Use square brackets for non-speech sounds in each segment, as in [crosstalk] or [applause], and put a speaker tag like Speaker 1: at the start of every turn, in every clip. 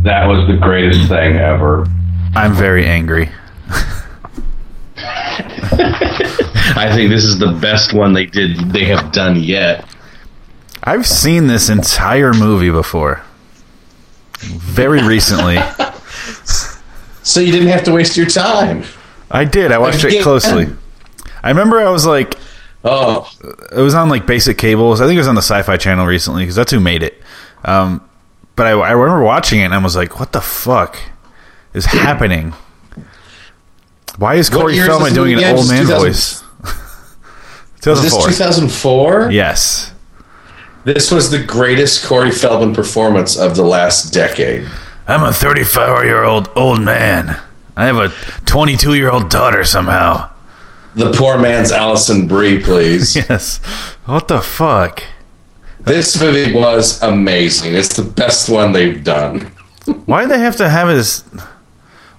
Speaker 1: That was the greatest thing ever.
Speaker 2: I'm very angry.
Speaker 3: I think this is the best one they did they have done yet.
Speaker 2: I've seen this entire movie before. Very recently.
Speaker 4: So you didn't have to waste your time.
Speaker 2: I did. I watched it
Speaker 4: Again.
Speaker 2: closely. I remember I was like,
Speaker 4: Oh,
Speaker 2: it was on like basic cables. I think it was on the Sci Fi Channel recently because that's who made it. Um, but I, I remember watching it and I was like, what the fuck
Speaker 4: [clears throat]
Speaker 2: is happening? Why is
Speaker 4: What
Speaker 2: Corey
Speaker 4: year is
Speaker 2: Feldman
Speaker 4: this
Speaker 2: doing an
Speaker 4: movie again?
Speaker 2: old
Speaker 4: Just
Speaker 2: man
Speaker 4: 2000s.
Speaker 2: voice? [laughs]
Speaker 4: was this
Speaker 2: 2004.
Speaker 4: 2004?
Speaker 2: Yes.
Speaker 4: This was the greatest Corey Feldman performance of the last decade.
Speaker 2: I'm a 35 year old old man. I have a 22 year old daughter somehow. [laughs]
Speaker 4: The poor man's Allison Brie,
Speaker 3: [laughs]
Speaker 4: please.
Speaker 2: Yes. What the fuck?
Speaker 4: This movie was amazing. It's the best one they've done.
Speaker 2: Why do they have to have his?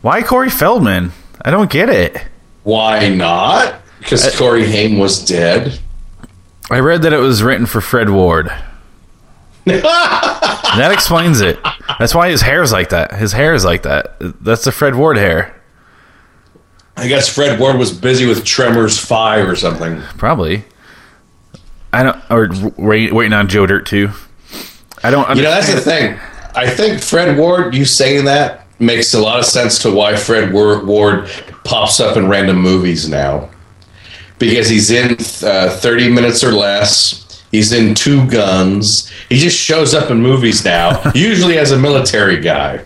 Speaker 2: Why Corey Feldman? I don't get it.
Speaker 4: Why not?
Speaker 3: Uh,
Speaker 4: Because Corey Haim was dead.
Speaker 2: I read that it was written for Fred
Speaker 4: [laughs]
Speaker 2: Ward. that explains it. That's why his hair's like that. His hair is like that. That's the Fred Ward hair,
Speaker 4: I guess Fred Ward was busy with Tremors 5 or something.
Speaker 2: probably. I don't. Or wait, waiting on Joe Dirt too. I don't. Understand.
Speaker 4: You know, that's the thing. I think Fred Ward, you saying that, makes a lot of sense to why Fred Wor- Ward pops up in random movies now. Because he's in uh, 30 minutes or less. He's in Two Guns. He just shows up in
Speaker 2: [laughs]
Speaker 4: movies now, usually as a military guy.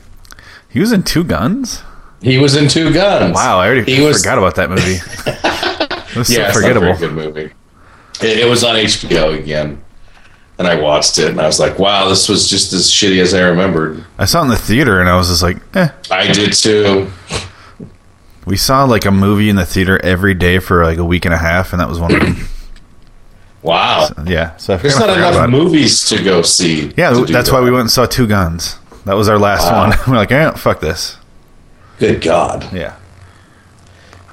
Speaker 2: He was in Two Guns.
Speaker 4: He was in Two Guns.
Speaker 2: Wow, I already
Speaker 4: He was-
Speaker 2: forgot about that
Speaker 4: [laughs]
Speaker 2: movie. it was so
Speaker 4: it's not a
Speaker 2: forgettable.
Speaker 4: very good movie. It, it was on HBO again, and I watched it, and I was like, "Wow, this was just as shitty as I remembered."
Speaker 2: I saw it in the theater and I was just like, eh.
Speaker 4: I did too.
Speaker 2: We saw like a movie in the theater every day for like a week and a half, and that was one of
Speaker 4: [clears throat]
Speaker 2: them.
Speaker 4: Wow,
Speaker 2: yeah, so I
Speaker 4: there's
Speaker 2: kinda
Speaker 4: not
Speaker 2: forgot about
Speaker 4: enough
Speaker 2: it.
Speaker 4: movies to go see.
Speaker 2: Yeah,
Speaker 4: to do
Speaker 2: that's
Speaker 4: that. Ah.
Speaker 2: why we went and saw Two Guns. That was our last
Speaker 4: Wow.
Speaker 2: one. [laughs] We're like, eh, fuck this.
Speaker 4: Good God!
Speaker 2: Yeah,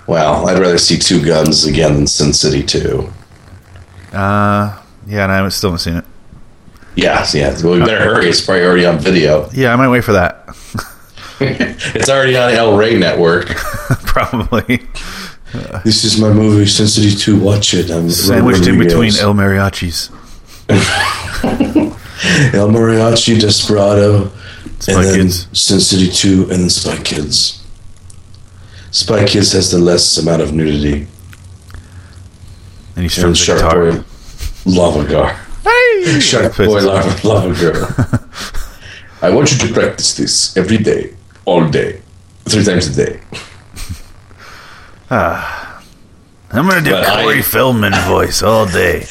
Speaker 4: Well, I'd rather see Two Guns again than Sin City Two.
Speaker 2: yeah, and I haven't- still haven't seen it.
Speaker 4: Yeah, yeah. Well,
Speaker 2: [laughs]
Speaker 4: we better hurry. It's probably already on video.
Speaker 2: Yeah, I might wait for that. [laughs]
Speaker 4: It's already on El Rey Network.
Speaker 2: Probably
Speaker 4: this is my movie, Sin City Two. Watch it. I'm
Speaker 2: sandwiched in between
Speaker 4: Rodriguez.
Speaker 2: El Mariachis.
Speaker 4: El Mariachi Desperado,
Speaker 2: Spy Kids.
Speaker 4: Sin City 2, and then Spy Kids. Spy Kids has the less amount of nudity.
Speaker 2: And he strums the guitar.
Speaker 4: Lava Gar. [laughs]
Speaker 2: Hey!
Speaker 4: Shark
Speaker 2: Pissed.
Speaker 4: Boy Lava, lava Girl.
Speaker 2: [laughs]
Speaker 4: I want you to practice this every day, all day, three times a day.
Speaker 2: I'm gonna do
Speaker 4: But I-
Speaker 2: Corey Feldman voice all day.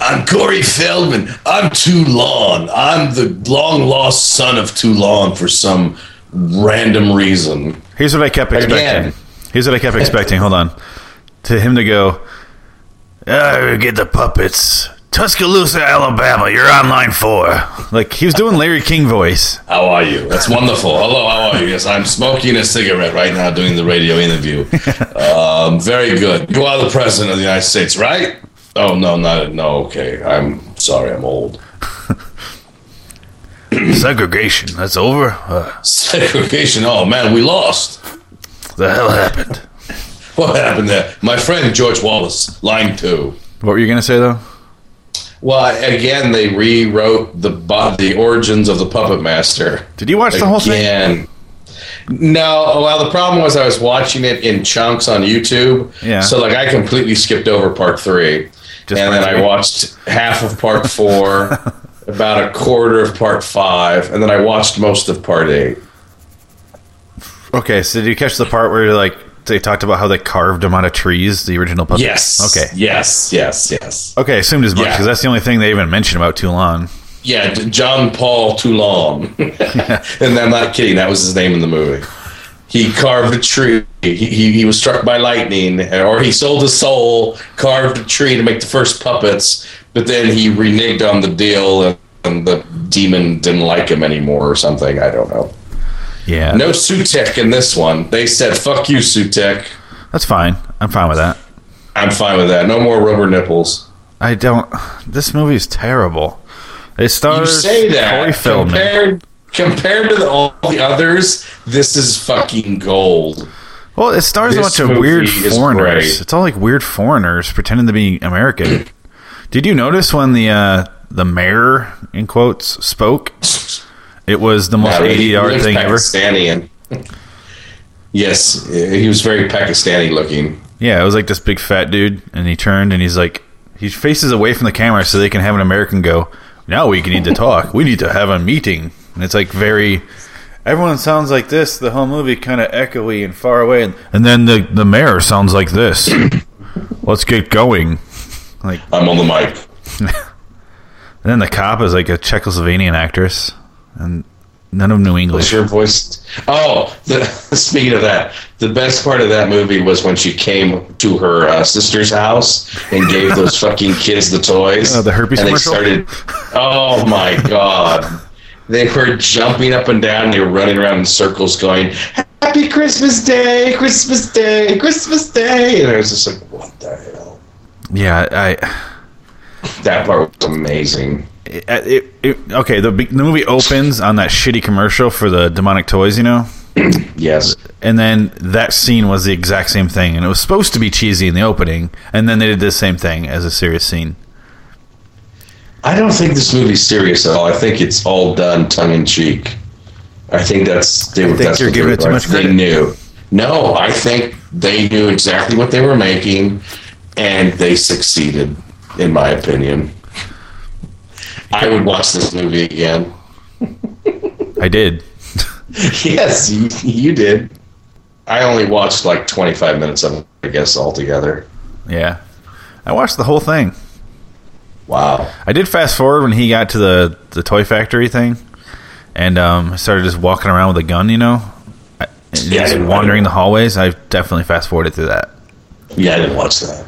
Speaker 4: I'm Corey Feldman. I'm Toulon. I'm the long lost son of Toulon for some random reason.
Speaker 2: Here's what I kept expecting.
Speaker 4: Again.
Speaker 2: Here's what I kept expecting. Hold on. To him to go, "Ah, get the puppets. Tuscaloosa, Alabama, you're on line four. Like, he was doing Larry King voice.
Speaker 4: How are you? That's wonderful. Hello, how are you? Yes, I'm smoking a cigarette right now doing the radio interview. Um, very good. You are the president of the United States, right? Oh, no, not no. Okay, I'm sorry, I'm old.
Speaker 2: Segregation, that's over? Uh,
Speaker 4: Segregation. Oh man, we lost.
Speaker 2: the hell happened?
Speaker 4: What happened there? My friend George Wallace, line two.
Speaker 2: What were you going to say, though?
Speaker 4: Well, again, they rewrote the bo- the origins of the puppet master.
Speaker 2: Did you watch the whole thing?
Speaker 4: Again. No, well, the problem was I was watching it in chunks on YouTube.
Speaker 2: Yeah.
Speaker 4: So like I completely skipped over part three,
Speaker 2: Just
Speaker 4: and
Speaker 2: part
Speaker 4: then
Speaker 2: three.
Speaker 4: I watched half of part four,
Speaker 2: [laughs]
Speaker 4: about a quarter of part five, and then I watched most of part eight.
Speaker 2: Okay, so did you catch the part where, like, they talked about how they carved them out of trees, the original puppets?
Speaker 4: Yes.
Speaker 2: Okay.
Speaker 4: Yes. Yes. Yes.
Speaker 2: Okay, I assumed as much,
Speaker 4: Yeah.
Speaker 2: because that's the only thing they even mentioned about Toulon.
Speaker 4: Yeah, D- John Paul Toulon. and I'm not kidding. That was his name in the movie. He carved a tree. He, he, he was struck by lightning, or he sold his soul, carved a tree to make the first puppets, but then he reneged on the deal and, and the demon didn't like him anymore or something. I don't know.
Speaker 2: Yeah.
Speaker 4: No Sutek in this one. They said, fuck you, Sutek.
Speaker 2: That's fine. I'm fine with that.
Speaker 4: I'm fine with that. No more rubber nipples.
Speaker 2: I don't. This movie is terrible. It
Speaker 4: You
Speaker 2: stars
Speaker 4: say that.
Speaker 2: Corey Feldman.
Speaker 4: Compared, compared to the, all the others, this is fucking gold.
Speaker 2: Well, it stars a
Speaker 4: This
Speaker 2: bunch of
Speaker 4: movie
Speaker 2: weird
Speaker 4: is
Speaker 2: foreigners.
Speaker 4: great.
Speaker 2: It's all like weird foreigners pretending to be
Speaker 4: [clears throat]
Speaker 2: American. Did you notice when the uh, the mayor in quotes spoke? It was the most
Speaker 4: he
Speaker 2: ADR
Speaker 4: looks
Speaker 2: thing ever.
Speaker 4: Pakistani. [laughs] yes, he was very Pakistani looking.
Speaker 2: Yeah, it was like this big fat dude, and he turned and he's like, he faces away from the camera so they can have an American go. Now we can need to talk. We need to have a meeting, and it's like very. Everyone sounds like this. The whole movie kind of echoey and far away, and, and then the the mayor sounds like this. [coughs] Let's get going. Like
Speaker 4: I'm on the mic.
Speaker 2: And then the cop is like a Czechoslovakian actress, and none of them knew English.
Speaker 4: What's your voice? Oh, the, [laughs] speaking of that, the best part of that movie was when she came to her uh, sister's house and gave those
Speaker 2: [laughs]
Speaker 4: fucking kids the toys.
Speaker 2: Oh, the herpes
Speaker 4: and they
Speaker 2: commercial?
Speaker 4: started. Oh my god, they were jumping up and down. They were running around in circles, going "Happy Christmas Day, Christmas Day, Christmas Day," and I was just like, "What the hell?"
Speaker 2: Yeah, I,
Speaker 4: That part was amazing.
Speaker 2: it, it, it- okay. The, be- the movie opens on that shitty commercial for the demonic toys, you know,
Speaker 4: Yes,
Speaker 2: and then that scene was the exact same thing, and it was supposed to be cheesy in the opening, and then they did the same thing as a serious scene.
Speaker 4: I don't think this movie's serious at all. I think it's all done tongue in cheek. I think that's they. I
Speaker 2: think
Speaker 4: that's
Speaker 2: you're
Speaker 4: what
Speaker 2: giving
Speaker 4: they-
Speaker 2: it too much
Speaker 4: they
Speaker 2: credit.
Speaker 4: knew. No, I think they knew exactly what they were making, and they succeeded, in my opinion. I would watch this movie again. [laughs]
Speaker 2: I did.
Speaker 4: Yes, you, you did. I only watched like 25 minutes of it, I guess, altogether.
Speaker 2: Yeah, I watched the whole thing.
Speaker 4: Wow.
Speaker 2: I did fast forward when he got to the the toy factory thing, and um, started just walking around with a gun, you know, I- and
Speaker 4: Yeah,
Speaker 2: just
Speaker 4: I-
Speaker 2: wandering the hallways. I definitely fast forwarded through that.
Speaker 4: Yeah, I didn't watch that.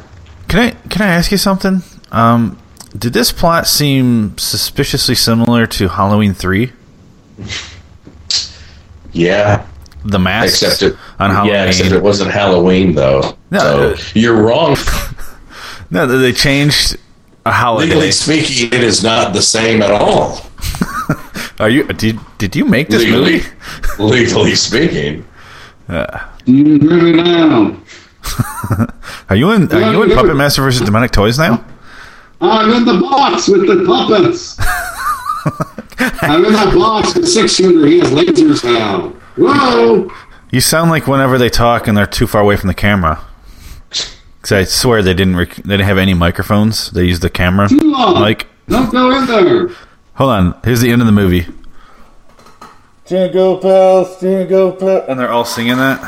Speaker 2: Can I can I ask you something? Um, did this plot seem suspiciously similar to Halloween three?
Speaker 4: Yeah,
Speaker 2: The mask
Speaker 4: except it
Speaker 2: on Halloween.
Speaker 4: Yeah, except it wasn't Halloween though.
Speaker 2: No.
Speaker 4: No, so you're
Speaker 2: [laughs]
Speaker 4: wrong.
Speaker 2: no, they- they changed a holiday.
Speaker 4: Legally speaking, it is not the same at all.
Speaker 2: Are you did did you make this
Speaker 4: Legally,
Speaker 2: movie?
Speaker 4: legally speaking,
Speaker 5: You hear me now.
Speaker 2: Are you in Are you in
Speaker 5: Yeah, yeah.
Speaker 2: Puppet Master versus Demonic Toys now?
Speaker 5: I'm in the box with the puppets. I'm in that box with six shooter. He has lasers now. Whoa!
Speaker 2: You sound like whenever they talk and they're too far away from the camera. Because I swear they didn't rec- they didn't have any microphones. They used the camera.
Speaker 5: long.
Speaker 2: Like,
Speaker 5: Don't go in there.
Speaker 2: hold on. Here's the end of the movie. Jingle bells, jingle bells, and they're all singing that.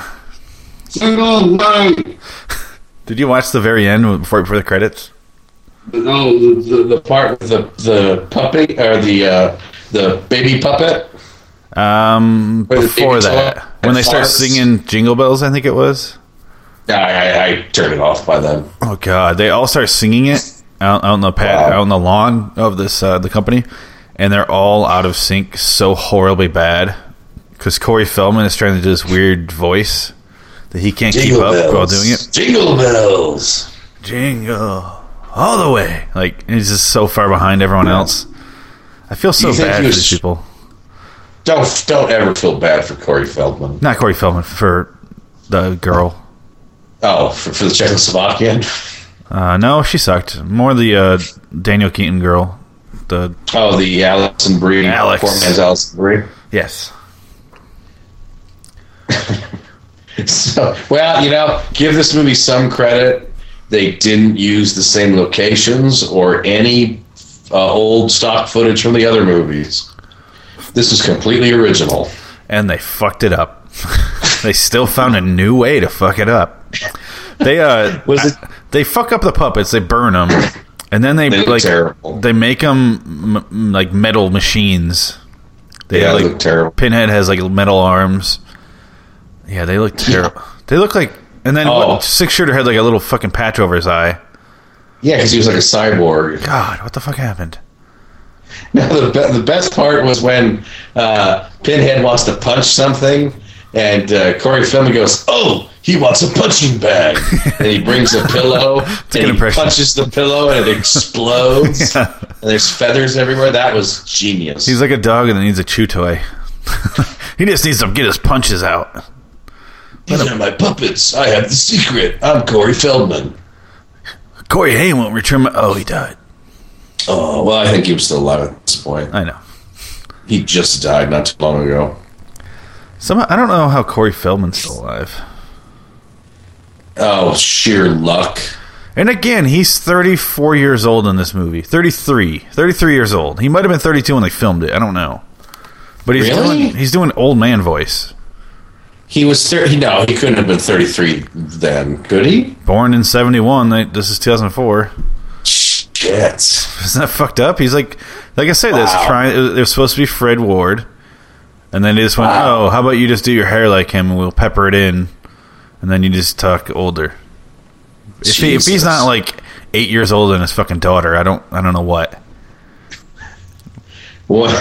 Speaker 5: Sing all night.
Speaker 2: Did you watch the very end before before the credits?
Speaker 5: No, the, the,
Speaker 4: the part with the the puppet or the uh, the baby puppet.
Speaker 2: Um,
Speaker 4: Where the
Speaker 2: before
Speaker 4: baby
Speaker 2: that,
Speaker 4: talk
Speaker 2: when
Speaker 4: and
Speaker 2: they start
Speaker 4: farts.
Speaker 2: singing jingle bells, I think it was.
Speaker 4: I, I, I turned it off by then.
Speaker 2: Oh god, they all start singing it out, out in the pad,
Speaker 4: Wow.
Speaker 2: out in the lawn of this uh, the company, and they're all out of sync so horribly bad because Corey Feldman is trying to do this weird voice that he can't keep up while doing it.
Speaker 4: Jingle bells.
Speaker 2: Jingle all the way, like he's just so far behind everyone else. I feel so
Speaker 4: You think
Speaker 2: bad for
Speaker 4: he was-
Speaker 2: these people.
Speaker 4: Don't don't ever feel bad for Corey Feldman.
Speaker 2: Not Corey Feldman for the girl.
Speaker 4: Oh, for, for the Czechoslovakian.
Speaker 2: Uh, no, she sucked. More the uh, Daniel Keaton girl. The
Speaker 4: Oh, the Allison Brie.
Speaker 2: Alex.
Speaker 4: Poor man's Allison Brie.
Speaker 2: yes,
Speaker 4: [laughs] So, well, you know, give this movie some credit. They didn't use the same locations or any uh, old stock footage from the other movies. This is completely original.
Speaker 2: and they fucked it up. [laughs] they still found a new way to fuck it up. They uh,
Speaker 4: Was it-
Speaker 2: they fuck up the puppets. They burn them, and then they,
Speaker 4: They look
Speaker 2: like
Speaker 4: terrible.
Speaker 2: they make them m- m- like metal machines. They
Speaker 4: Yeah,
Speaker 2: have,
Speaker 4: they
Speaker 2: like
Speaker 4: look terrible.
Speaker 2: Pinhead has like metal arms. Yeah, they look terrible. They look like and then
Speaker 4: Oh.
Speaker 2: what, six shooter had like a little fucking patch over his eye.
Speaker 4: Yeah, because he was like a cyborg.
Speaker 2: God, what the fuck happened?
Speaker 4: No, [laughs] the, be- the best part was when uh, Pinhead wants to punch something, and uh, Corey Feldman goes, "Oh, he wants a punching
Speaker 2: [laughs]
Speaker 4: bag," and he brings a pillow and
Speaker 2: a good
Speaker 4: he
Speaker 2: impression.
Speaker 4: punches the pillow, and
Speaker 2: [laughs]
Speaker 4: it explodes. And there's feathers everywhere. That was genius.
Speaker 2: He's like a dog that needs a chew toy. [laughs] he just needs to get his punches out.
Speaker 4: These are my puppets. I have the secret. I'm Corey Feldman.
Speaker 2: Corey Haim won't return my. Oh, he died.
Speaker 4: Oh, well, I think he was still alive at this point.
Speaker 2: I know.
Speaker 4: He just died not too long ago.
Speaker 2: Some I don't know how Corey Feldman's still alive.
Speaker 4: Oh, sheer luck.
Speaker 2: And again, he's 34 years old in this movie. 33, 33 years old. He might have been 32 when they filmed it. I don't know. But he's
Speaker 4: Really?
Speaker 2: doing he's doing old man voice.
Speaker 4: He was 30. No, he couldn't have been 33 then, could he?
Speaker 2: Born in 71, they, this is 2004.
Speaker 4: Shit.
Speaker 2: [laughs] Isn't that fucked up? He's like, like I said, that's
Speaker 4: Wow.
Speaker 2: trying. It was supposed to be Fred Ward, and then they just went,
Speaker 4: Wow.
Speaker 2: "Oh, how about you just do your hair like him, and we'll pepper it in, and then you just talk older." If, he, if he's
Speaker 4: Jesus.
Speaker 2: not like eight years old and his fucking daughter, I don't, I don't know what.
Speaker 4: What?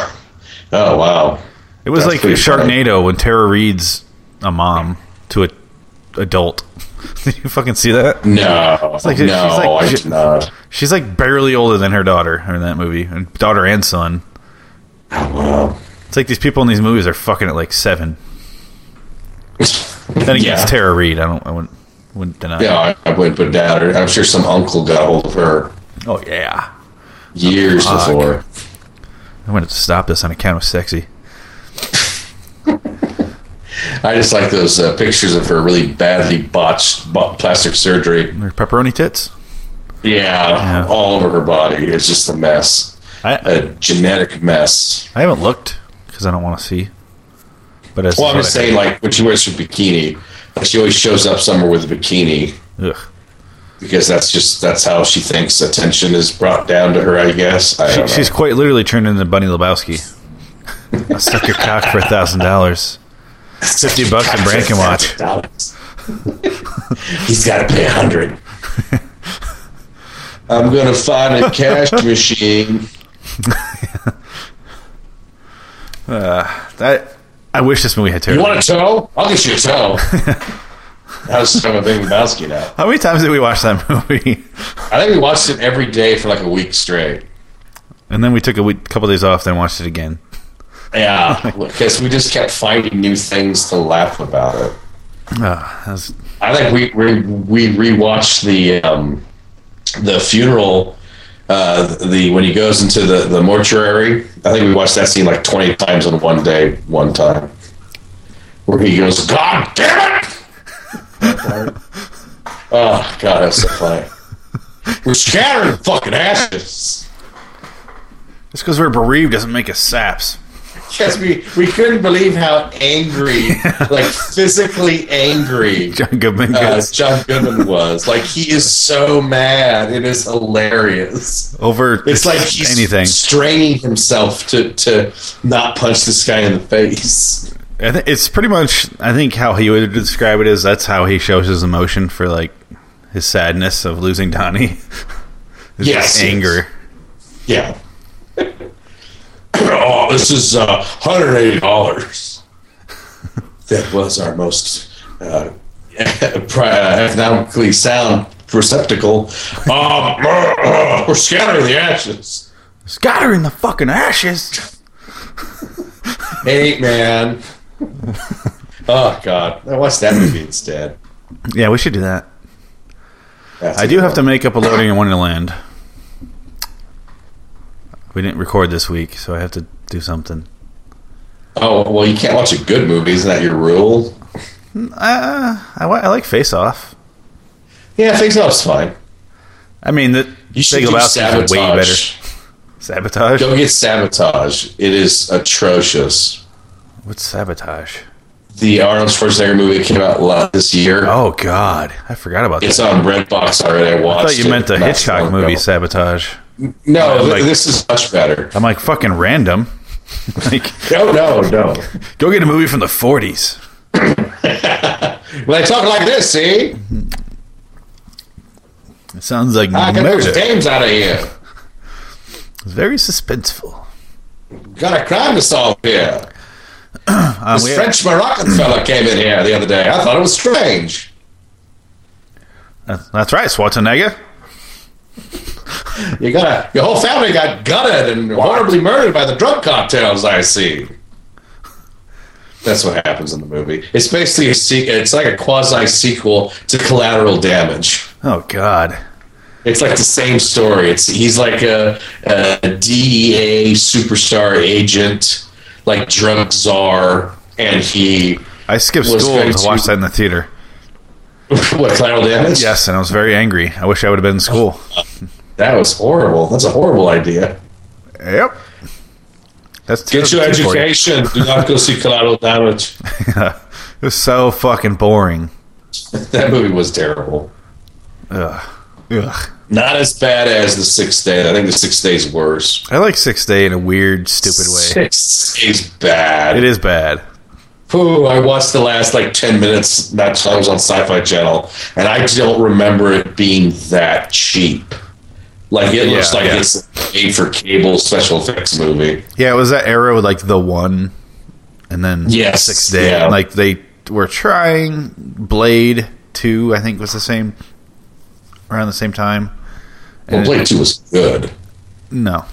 Speaker 4: Oh, wow.
Speaker 2: It was
Speaker 4: That's
Speaker 2: like
Speaker 4: pretty
Speaker 2: Sharknado when Tara reads a mom to a adult. [laughs] Did you fucking see that?
Speaker 4: No.
Speaker 2: like-
Speaker 4: no,
Speaker 2: she's like-
Speaker 4: I did not.
Speaker 2: She's like barely older than her daughter in that movie, and daughter and son.
Speaker 4: Wow.
Speaker 2: It's like these people in these movies are fucking at like
Speaker 4: [laughs]
Speaker 2: seven. Then again,
Speaker 4: Yeah.
Speaker 2: it's Tara Reid. I don't. I wouldn't. Wouldn't deny. it.
Speaker 4: Yeah, I, I wouldn't put down her. I'm sure some uncle got hold of her
Speaker 2: Oh yeah.
Speaker 4: years
Speaker 2: Fuck.
Speaker 4: before.
Speaker 2: I'm gonna stop this on account of sexy.
Speaker 4: I just like those uh, pictures of her really badly botched bo- plastic surgery.
Speaker 2: Her pepperoni tits.
Speaker 4: Yeah,
Speaker 2: Yeah.
Speaker 4: all over her body. It's just a mess,
Speaker 2: I
Speaker 4: a genetic mess.
Speaker 2: I haven't looked because I don't want to see. But as
Speaker 4: Well, I'm just saying, like when she wears her bikini, she always shows up somewhere with a bikini
Speaker 2: Ugh.
Speaker 4: because that's just that's how she thinks attention is brought down to her. I guess. I
Speaker 2: She,
Speaker 4: don't
Speaker 2: she's
Speaker 4: know.
Speaker 2: quite literally turned into Bunny Lebowski. I suck your cock for a thousand dollars. Fifty bucks and Brand can watch.
Speaker 4: $1,000. [laughs] He's got to pay a
Speaker 2: [laughs]
Speaker 4: hundred. I'm gonna find a
Speaker 2: [laughs]
Speaker 4: cash machine.
Speaker 2: That I wish this movie had
Speaker 4: You
Speaker 2: Tara.
Speaker 4: want a toe? I'll get you a
Speaker 2: [laughs]
Speaker 4: toe. How's some of Big Lebowski now?
Speaker 2: How many times did we watch that [laughs] movie?
Speaker 4: I think we watched it every day for like a week straight.
Speaker 2: And then we took a week, couple days off, then watched it again. [laughs]
Speaker 4: Yeah, because we just kept finding new things to laugh about it.
Speaker 2: Ah, that's-
Speaker 4: I think we we we rewatched the um, the funeral. Uh, the when he goes into the, the mortuary, I think we watched that scene like twenty times in one day, one time, where he goes, "God damn it!" oh God, that's so funny. We're scattered in fucking ashes.
Speaker 2: just because we're bereaved doesn't make us saps. [laughs]
Speaker 4: Because we, we couldn't believe how angry, like physically angry,
Speaker 2: John Goodman
Speaker 4: uh,
Speaker 2: goes
Speaker 4: John Goodman was. Like he is so mad. It is hilarious.
Speaker 2: over.
Speaker 4: It's like he's
Speaker 2: anything.
Speaker 4: straining himself to to not punch this guy in the face.
Speaker 2: I think it's pretty much. I think how he would describe it is that's how he shows his emotion for like his sadness of losing Donnie. It's
Speaker 4: Yes.
Speaker 2: just [laughs] anger.
Speaker 4: Yeah. [coughs] oh, this is uh, hundred eighty dollars. That was our most uh, [laughs] pri- uh, economically sound receptacle. Um, [laughs] we're scattering the ashes.
Speaker 2: Scatter in the fucking ashes.
Speaker 4: Eight man. oh God, I watched that movie instead.
Speaker 2: Yeah, we should do that.
Speaker 4: That's
Speaker 2: I do have to make up a loading in Wonderland. We didn't record this week, so I have to do something.
Speaker 4: Oh well, you can't watch a good movie, isn't that your rule?
Speaker 2: Uh, I, wa- I like Face Off.
Speaker 4: Yeah, Face Off's fine.
Speaker 2: I mean, the
Speaker 4: You should
Speaker 2: Big
Speaker 4: do
Speaker 2: Lebowski's
Speaker 4: sabotage.
Speaker 2: way better. Sabotage.
Speaker 4: Go get sabotage. It is atrocious.
Speaker 2: What's sabotage?
Speaker 4: The Arnold Schwarzenegger movie came out la- this year.
Speaker 2: Oh God, I forgot about that.
Speaker 4: It's on Redbox already. I
Speaker 2: I
Speaker 4: watched.
Speaker 2: thought you
Speaker 4: it
Speaker 2: meant the
Speaker 4: not
Speaker 2: Hitchcock
Speaker 4: long ago.
Speaker 2: movie Sabotage.
Speaker 4: No, th-
Speaker 2: like-
Speaker 4: this is much better.
Speaker 2: I'm like fucking random. [laughs] like,
Speaker 4: No, no, no.
Speaker 2: go get a movie from the 40s.
Speaker 4: Well, they talk like this, see?
Speaker 2: It sounds like
Speaker 4: I got those
Speaker 2: murder.
Speaker 4: dames out of here.
Speaker 2: It's very suspenseful.
Speaker 4: Got a crime to solve here.
Speaker 2: Uh,
Speaker 4: This
Speaker 2: we-
Speaker 4: French Moroccan fella came in here the other day. I thought it was strange.
Speaker 2: uh, that's right, Schwarzenegger.
Speaker 4: You got a, your whole family got gutted and horribly murdered by the drug cocktails. I see. That's what happens in the movie. It's basically a se- it's like a quasi sequel to Collateral Damage.
Speaker 2: Oh God.
Speaker 4: It's like the same story. It's he's like a, a DEA superstar agent, like drug czar, and he [laughs]
Speaker 2: I skipped
Speaker 4: Was
Speaker 2: school
Speaker 4: going
Speaker 2: to watch
Speaker 4: to-
Speaker 2: that in the theater.
Speaker 4: what collateral damage?
Speaker 2: Yes, and I was very angry. I wish I would have been in school.
Speaker 4: that was horrible. That's a horrible idea.
Speaker 2: Yep. That's
Speaker 4: Get your
Speaker 2: 2002 for you.
Speaker 4: education. Do not go see
Speaker 2: [laughs]
Speaker 4: collateral damage.
Speaker 2: It was so fucking boring.
Speaker 4: That movie was terrible.
Speaker 2: Ugh. Ugh.
Speaker 4: Not as bad as the Sixth Day. I think the Sixth Day's worse.
Speaker 2: I like Six Day in a weird, stupid way.
Speaker 4: Sixth Day's bad.
Speaker 2: It is bad.
Speaker 4: Ooh, I watched the last like 10 minutes that time was on Sci Fi Channel, and I don't remember it being that cheap. Like, it looks
Speaker 2: Yeah,
Speaker 4: like
Speaker 2: yeah.
Speaker 4: it's a pay for cable special effects movie.
Speaker 2: Yeah, it was that era with like the one, and then
Speaker 4: Yes,
Speaker 2: Six Day.
Speaker 4: yeah.
Speaker 2: Like they were trying Blade Two. I think was the same around the same time.
Speaker 4: Well, Blade 2 was good.
Speaker 2: No.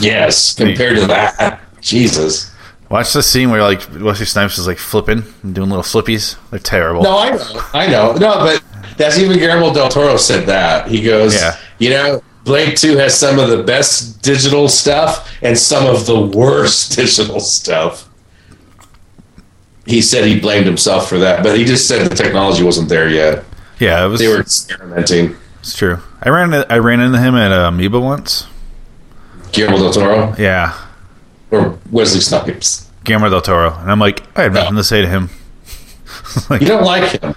Speaker 4: Yes, compared to that. Jesus.
Speaker 2: Watch the scene where like Wesley Snipes is like flipping and doing little flippies. They're terrible.
Speaker 4: No, I know. I know. No, but that's even Guillermo del Toro said that. He goes,
Speaker 2: Yeah.
Speaker 4: you know, Blade 2 has some of the best digital stuff and some of the worst [laughs] digital stuff. He said he blamed himself for that, but he just said the technology wasn't there yet.
Speaker 2: Yeah, it was.
Speaker 4: They were experimenting.
Speaker 2: it's true. I ran. I ran into him at uh, Amoeba once.
Speaker 4: Guillermo del Toro
Speaker 2: Yeah,
Speaker 4: or Wesley Snipes.
Speaker 2: Guillermo del Toro, and I'm like, I have nothing to say to him.
Speaker 4: You don't like him.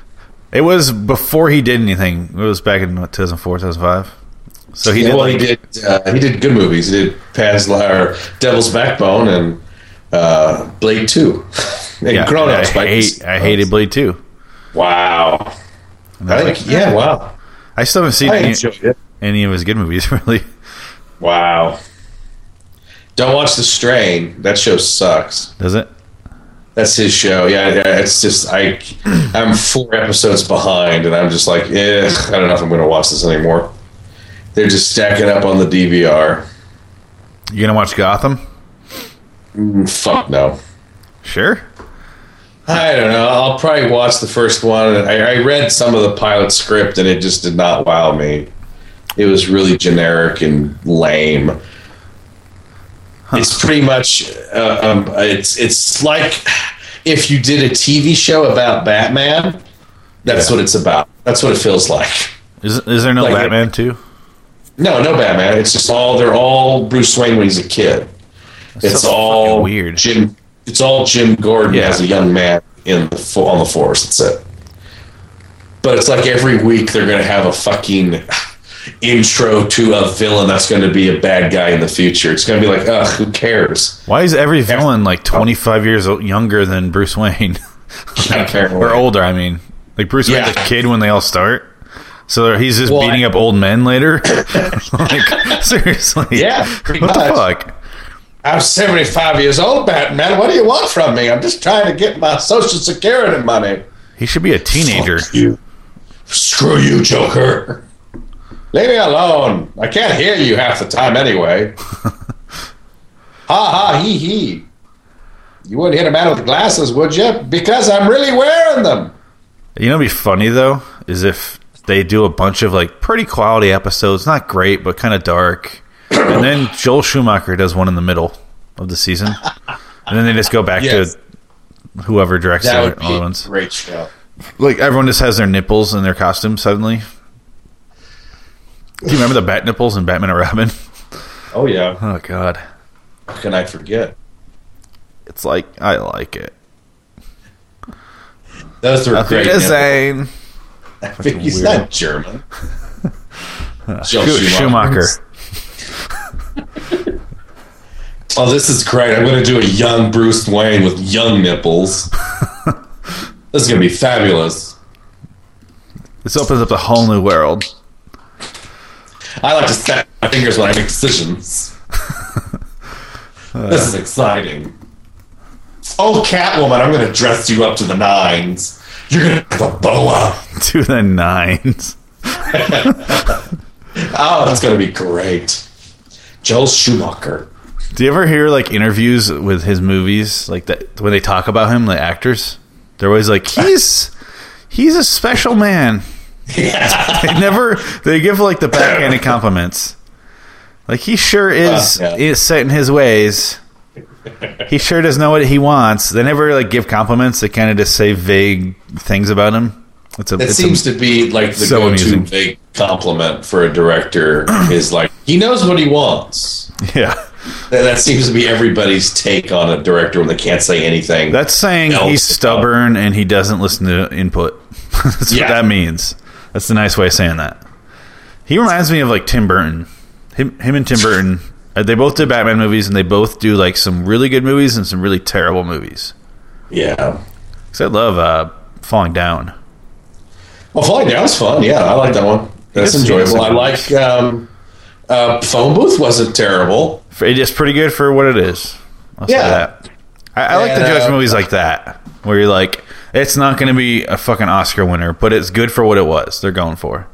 Speaker 2: It was before he did anything. It was back in what, 2004, 2005. So he
Speaker 4: Yeah,
Speaker 2: did.
Speaker 4: well,
Speaker 2: like,
Speaker 4: he did. Uh, he did good movies. He did Pan's Liar, Devil's Backbone, and uh, Blade Two, [laughs] and
Speaker 2: yeah,
Speaker 4: Chronos.
Speaker 2: I,
Speaker 4: by-
Speaker 2: hate, I
Speaker 4: uh,
Speaker 2: hated Blade too.
Speaker 4: Wow. I think, yeah. Wow.
Speaker 2: I still haven't seen
Speaker 4: I
Speaker 2: any,
Speaker 4: enjoyed it.
Speaker 2: any of his good movies. [laughs] Really,
Speaker 4: Wow. Don't watch The Strain. That show sucks.
Speaker 2: does it?
Speaker 4: That's his show. Yeah, yeah, it's just I, I'm four episodes behind, and I'm just like, eh, I don't know if I'm going to watch this anymore. They're just stacking up on the DVR.
Speaker 2: You gonna watch Gotham?
Speaker 4: Fuck no.
Speaker 2: Sure.
Speaker 4: I don't know. I'll probably watch the first one. I, I read some of the pilot script and it just did not wow me. It was really generic and lame. It's pretty much uh, um, it's it's like if you did a TV show about Batman. That's what it's about. That's what it feels like.
Speaker 2: Is is there no
Speaker 4: Like-
Speaker 2: Batman too?
Speaker 4: No, no Batman. It's just all they're all Bruce Wayne when he's a kid. it's
Speaker 2: so
Speaker 4: all
Speaker 2: fucking weird.
Speaker 4: Jim. It's all Jim Gordon
Speaker 2: Yeah.
Speaker 4: as a young man in the fo- on the force. That's it. But it's like every week they're going to have a fucking intro to a villain that's going to be a bad guy in the future. It's going to be like, ugh, who cares?
Speaker 2: Why is every villain like 25 years o- younger than Bruce Wayne? [laughs]
Speaker 4: I don't care.
Speaker 2: or older, I mean. Like Bruce Wayne's
Speaker 4: Yeah.
Speaker 2: a kid when they all start. So he's just
Speaker 4: Well,
Speaker 2: beating
Speaker 4: I-
Speaker 2: up old men
Speaker 4: [laughs]
Speaker 2: later. [laughs] like seriously.
Speaker 4: Yeah, pretty
Speaker 2: What the
Speaker 4: much.
Speaker 2: fuck?
Speaker 4: I'm 75 years old, Batman. What do you want from me? I'm just trying to get my social security money.
Speaker 2: He should be a teenager.
Speaker 4: Fuck you. Screw you, Joker. Leave me alone. I can't hear you half the
Speaker 2: [laughs]
Speaker 4: time anyway. ha ha he he. You wouldn't hit a man with glasses, would you? Because I'm really wearing them.
Speaker 2: You know what'd be funny though? Is if they do a bunch of like pretty quality episodes, not great, but kinda dark. and then Joel Schumacher does one in the middle of the season. And then they just go back
Speaker 4: Yes.
Speaker 2: to whoever directs
Speaker 4: That
Speaker 2: the
Speaker 4: would
Speaker 2: other
Speaker 4: be a
Speaker 2: ones.
Speaker 4: great show.
Speaker 2: like everyone just has their nipples in their costume suddenly. Do you remember the bat nipples in Batman and Robin? [laughs]
Speaker 4: Oh yeah.
Speaker 2: Oh God,
Speaker 4: How can I forget?
Speaker 2: it's like I like it.
Speaker 4: Those were
Speaker 2: Nothing
Speaker 4: great.
Speaker 2: to
Speaker 4: man.
Speaker 2: say.
Speaker 4: I think he's
Speaker 2: weirdo. [laughs]
Speaker 4: not German. Joel
Speaker 2: Schu- Schumacher.
Speaker 4: [laughs] Oh, this is great. I'm going to do a young Bruce Wayne with
Speaker 2: [laughs]
Speaker 4: young nipples. this is going to be fabulous.
Speaker 2: This opens up a whole new world. [laughs]
Speaker 4: I like to snap my fingers when I make
Speaker 2: [laughs]
Speaker 4: decisions. this is exciting. Oh, Catwoman, I'm going to dress you up to the nines. You're going to have a boa.
Speaker 2: To the nines.
Speaker 4: Oh, that's going to be great. Joel Schumacher.
Speaker 2: Do you ever hear like interviews with his movies, like that when they talk about him, the actors? They're always like, he's he's a special man. [laughs] they never they give like the
Speaker 4: [laughs]
Speaker 2: backhanded compliments. Like he sure is
Speaker 4: Wow, Oh, yeah.
Speaker 2: is set in his ways. He sure does know what he wants. They never like give compliments. They kind of just say vague things about him. It's a
Speaker 4: That
Speaker 2: it's a-
Speaker 4: seems to be like the
Speaker 2: so
Speaker 4: go-to
Speaker 2: amusing.
Speaker 4: big compliment for a director [clears throat] is like he knows what he wants.
Speaker 2: [laughs] yeah.
Speaker 4: And that seems to be everybody's take on a director when they can't say anything.
Speaker 2: That's saying
Speaker 4: No.
Speaker 2: he's stubborn and he doesn't listen to input. [laughs] That's
Speaker 4: Yeah.
Speaker 2: what that means. That's the nice way of saying that. He reminds me of like Tim Burton. Him, him and Tim Burton, [laughs] uh, they both did Batman movies and they both do like some really good movies and some really terrible movies.
Speaker 4: yeah.
Speaker 2: Because I love uh, Falling Down.
Speaker 4: Well, Falling Down was fun. Yeah, I like that one. That's
Speaker 2: Yes,
Speaker 4: enjoyable.
Speaker 2: yes.
Speaker 4: I like um, uh, Phone Booth wasn't terrible.
Speaker 2: F- It is pretty good for what it is. I'll say
Speaker 4: Yeah.
Speaker 2: that. I, I like to
Speaker 4: And,
Speaker 2: judge
Speaker 4: uh,
Speaker 2: movies like that, where you're like, it's not going to be a fucking Oscar winner, but it's good for what it was. They're going for.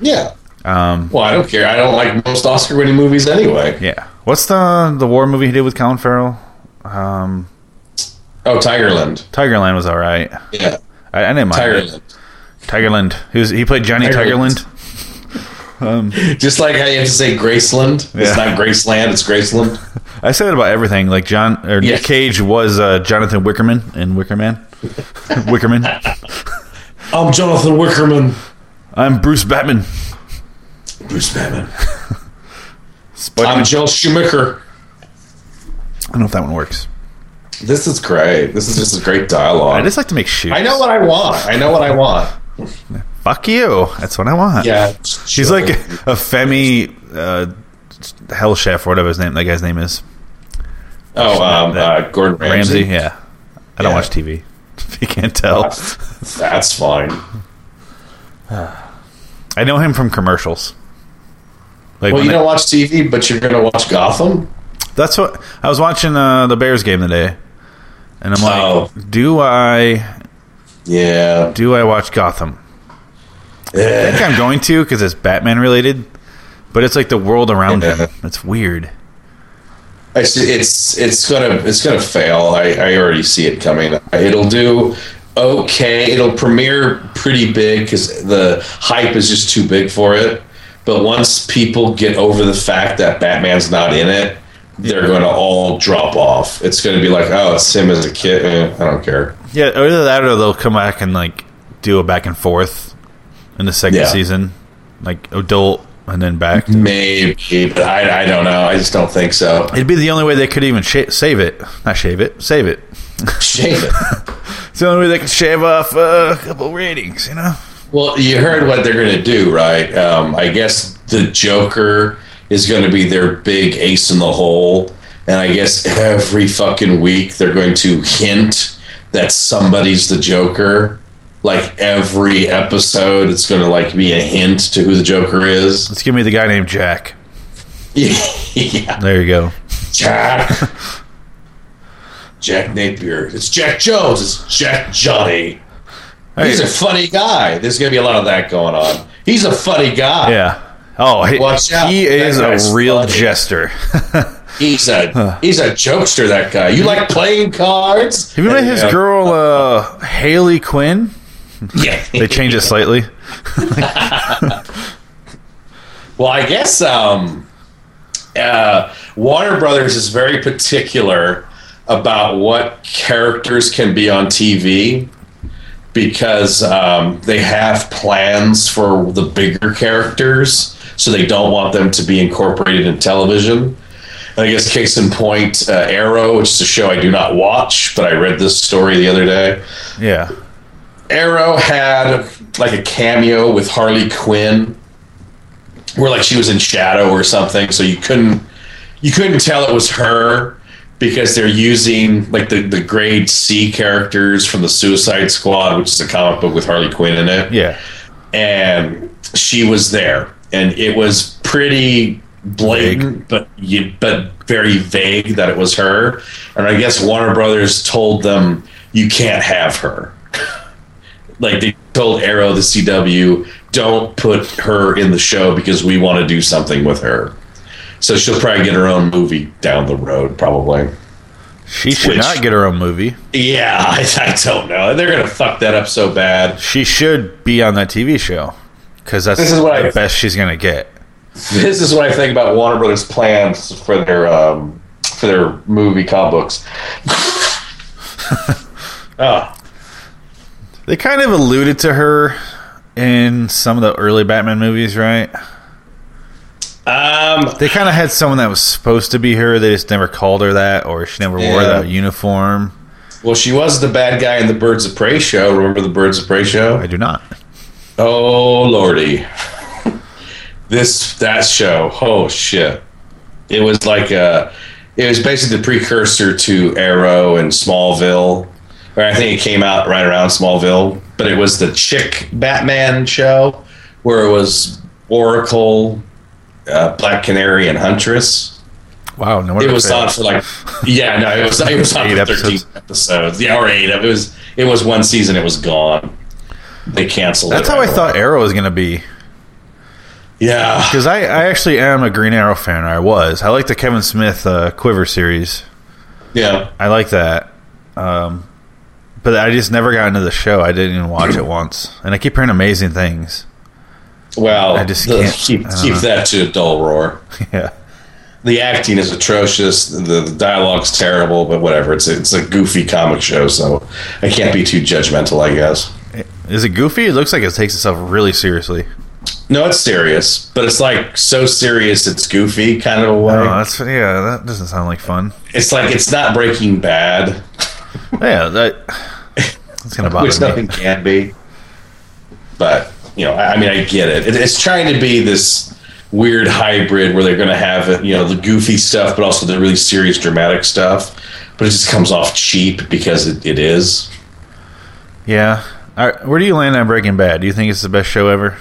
Speaker 4: Yeah.
Speaker 2: Um,
Speaker 4: Well, I don't care. I don't like most Oscar-winning movies anyway.
Speaker 2: Yeah. What's the the war movie he did with Colin Farrell?
Speaker 4: Oh, Tigerland.
Speaker 2: Tigerland was all right.
Speaker 4: Yeah,
Speaker 2: I, I didn't mind it.
Speaker 4: Tigerland.
Speaker 2: Tigerland. He was he played Johnny
Speaker 4: Tigerland.
Speaker 2: Tigerland.
Speaker 4: Just like how you have to say Graceland.
Speaker 2: Yeah.
Speaker 4: It's not Graceland. It's Graceland.
Speaker 2: I said it about everything. Like John or
Speaker 4: Yeah.
Speaker 2: Nick Cage was uh, Jonathan Wickerman in Wickerman.
Speaker 4: [laughs]
Speaker 2: Wickerman.
Speaker 4: I'm Jonathan Wickerman.
Speaker 2: I'm Bruce Batman.
Speaker 4: Bruce Banner. I'm
Speaker 2: Spider-Man.
Speaker 4: Jill Schumacher.
Speaker 2: I don't know if that one works.
Speaker 4: This is great. This is just a great dialogue.
Speaker 2: I
Speaker 4: I,
Speaker 2: just like to make shoes.
Speaker 4: know what I want. I know what I want.
Speaker 2: Fuck you. That's what I want.
Speaker 4: Yeah.
Speaker 2: She's like a Femi uh, hell chef or whatever his name that guy's name is.
Speaker 4: oh, um, uh,
Speaker 2: that-
Speaker 4: Gordon
Speaker 2: Ramsey.
Speaker 4: Ramsay.
Speaker 2: Yeah. I don't
Speaker 4: Yeah.
Speaker 2: watch TV. If [laughs] you can't tell.
Speaker 4: That's fine.
Speaker 2: I know him from commercials. Like
Speaker 4: Well,
Speaker 2: when
Speaker 4: you
Speaker 2: they-
Speaker 4: don't watch TV, but you're gonna watch Gotham.
Speaker 2: that's what I was watching uh, the Bears game today, and I'm like,
Speaker 4: Oh.
Speaker 2: do I
Speaker 4: Yeah.
Speaker 2: do I watch Gotham? I think I'm going to because it's Batman related, but it's like the world around
Speaker 4: Yeah.
Speaker 2: him. It's weird.
Speaker 4: It's it's it's gonna it's gonna fail. I, I already see it coming. It'll do okay. It'll premiere pretty big because the hype is just too big for it. But once people get over the fact that Batman's not in it, they're gonna all drop off. It's gonna be like, oh, it's him as a kid. Eh, I don't care.
Speaker 2: Yeah, either that or they'll come back and like do a back and forth in the second
Speaker 4: Yeah.
Speaker 2: season, like adult and then back.
Speaker 4: Maybe, but I, I don't know. I just don't think so. [laughs]
Speaker 2: It'd be the only way they could even sh- save it, not shave it, save it.
Speaker 4: Shame it.
Speaker 2: It's the only way they could shave off uh, a couple ratings, you know.
Speaker 4: Well, you heard what they're going to do, right? Um, I guess the Joker is going to be their big ace in the hole. And I guess every fucking week they're going to hint that somebody's the Joker. Like every episode, it's going to like be a hint to who the Joker is. [laughs]
Speaker 2: Let's give me the guy named Jack.
Speaker 4: yeah,
Speaker 2: There you go.
Speaker 4: Jack, Jack Napier. It's Jack Jones. It's Jack Johnny. He's a funny guy. There's going to be a lot of that going on. He's a funny guy.
Speaker 2: yeah. Oh, he,
Speaker 4: Watch out.
Speaker 2: he
Speaker 4: That
Speaker 2: is
Speaker 4: guy's
Speaker 2: a real
Speaker 4: funny.
Speaker 2: jester. Have
Speaker 4: He's a he's a jokester. That guy. You like playing
Speaker 2: [laughs]
Speaker 4: cards?
Speaker 2: you met his
Speaker 4: Yeah.
Speaker 2: girl, uh, Haley Quinn? They
Speaker 4: Yeah.
Speaker 2: changed it slightly.
Speaker 4: [laughs] well, I guess um, uh, Warner Brothers is very particular about what characters can be on TV because um, they have plans for the bigger characters, so they don't want them to be incorporated in television. I guess case in point, uh, Arrow, which is a show I do not watch, but I read this story the other day.
Speaker 2: Yeah.
Speaker 4: Arrow had like a cameo with Harley Quinn, where like she was in shadow or something, so you couldn't you couldn't tell it was her because they're using like the, the grade C characters from the Suicide Squad, which is a comic book with Harley Quinn in it
Speaker 2: Yeah.
Speaker 4: and she was there, and it was pretty blatant, but you, but very vague that it was her. And I guess Warner Brothers told them you can't have her. [laughs] like they told Arrow, the CW, don't put her in the show because we want to do something with her. So she'll probably get her own movie down the road, probably.
Speaker 2: She should
Speaker 4: Which-
Speaker 2: not get her own movie.
Speaker 4: Yeah, [laughs] I, I don't know. They're gonna fuck that up so bad.
Speaker 2: She should be on that TV show because that's
Speaker 4: This is what
Speaker 2: the
Speaker 4: I-
Speaker 2: best she's gonna get.
Speaker 4: This is what I think about Warner Brothers' plans for their um, for their movie comic books. oh,
Speaker 2: They kind of alluded to her in some of the early Batman movies, right?
Speaker 4: um,
Speaker 2: They kind of had someone that was supposed to be her. They just never called her that, or she never wore
Speaker 4: Yeah.
Speaker 2: that uniform.
Speaker 4: well, she was the bad guy in the Birds of Prey show. Remember the Birds of Prey show?
Speaker 2: I do not.
Speaker 4: Oh lordy, this that show. Oh shit, it was like uh it was basically the precursor to Arrow and Smallville, or I think it came out right around Smallville. But it was the chick Batman show where it was Oracle, uh, Black Canary, and Huntress.
Speaker 2: Wow, no wonder
Speaker 4: It was
Speaker 2: they-
Speaker 4: on for like yeah, no, it was it was on
Speaker 2: Eight
Speaker 4: for thirteen
Speaker 2: episodes.
Speaker 4: episodes. Yeah, or eight. It was it was one season. It was gone. They canceled.
Speaker 2: That's
Speaker 4: it
Speaker 2: how I
Speaker 4: right
Speaker 2: thought
Speaker 4: away.
Speaker 2: Arrow was gonna be.
Speaker 4: Yeah,
Speaker 2: Because I, I actually am a Green Arrow fan. Or I was. I like the Kevin Smith uh, Quiver series.
Speaker 4: yeah.
Speaker 2: I like that. Um, but I just never got into the show. I didn't even watch it once. And I keep hearing amazing things. [laughs]
Speaker 4: Well,
Speaker 2: I just
Speaker 4: the-
Speaker 2: can't-
Speaker 4: keep
Speaker 2: I don't
Speaker 4: keep
Speaker 2: know.
Speaker 4: that to a dull roar.
Speaker 2: yeah.
Speaker 4: The acting is atrocious. The, the dialogue's terrible, but whatever. It's a, it's a goofy comic show, so I can't be too judgmental. I guess.
Speaker 2: Is it goofy? It looks like it takes itself really seriously.
Speaker 4: No, it's serious, but it's like so serious it's goofy kind of a way.
Speaker 2: Oh, that's yeah. That doesn't sound like fun.
Speaker 4: it's like it's not Breaking Bad,
Speaker 2: Yeah, that that's gonna
Speaker 4: which
Speaker 2: bother
Speaker 4: nothing
Speaker 2: me.
Speaker 4: can be. But you know, I, I mean, I get it. it. It's trying to be this weird hybrid where they're going to have you know the goofy stuff, but also the really serious dramatic stuff. But it just comes off cheap because it, it is.
Speaker 2: Yeah. All right, where do you land on Breaking Bad? Do you think it's the best show ever?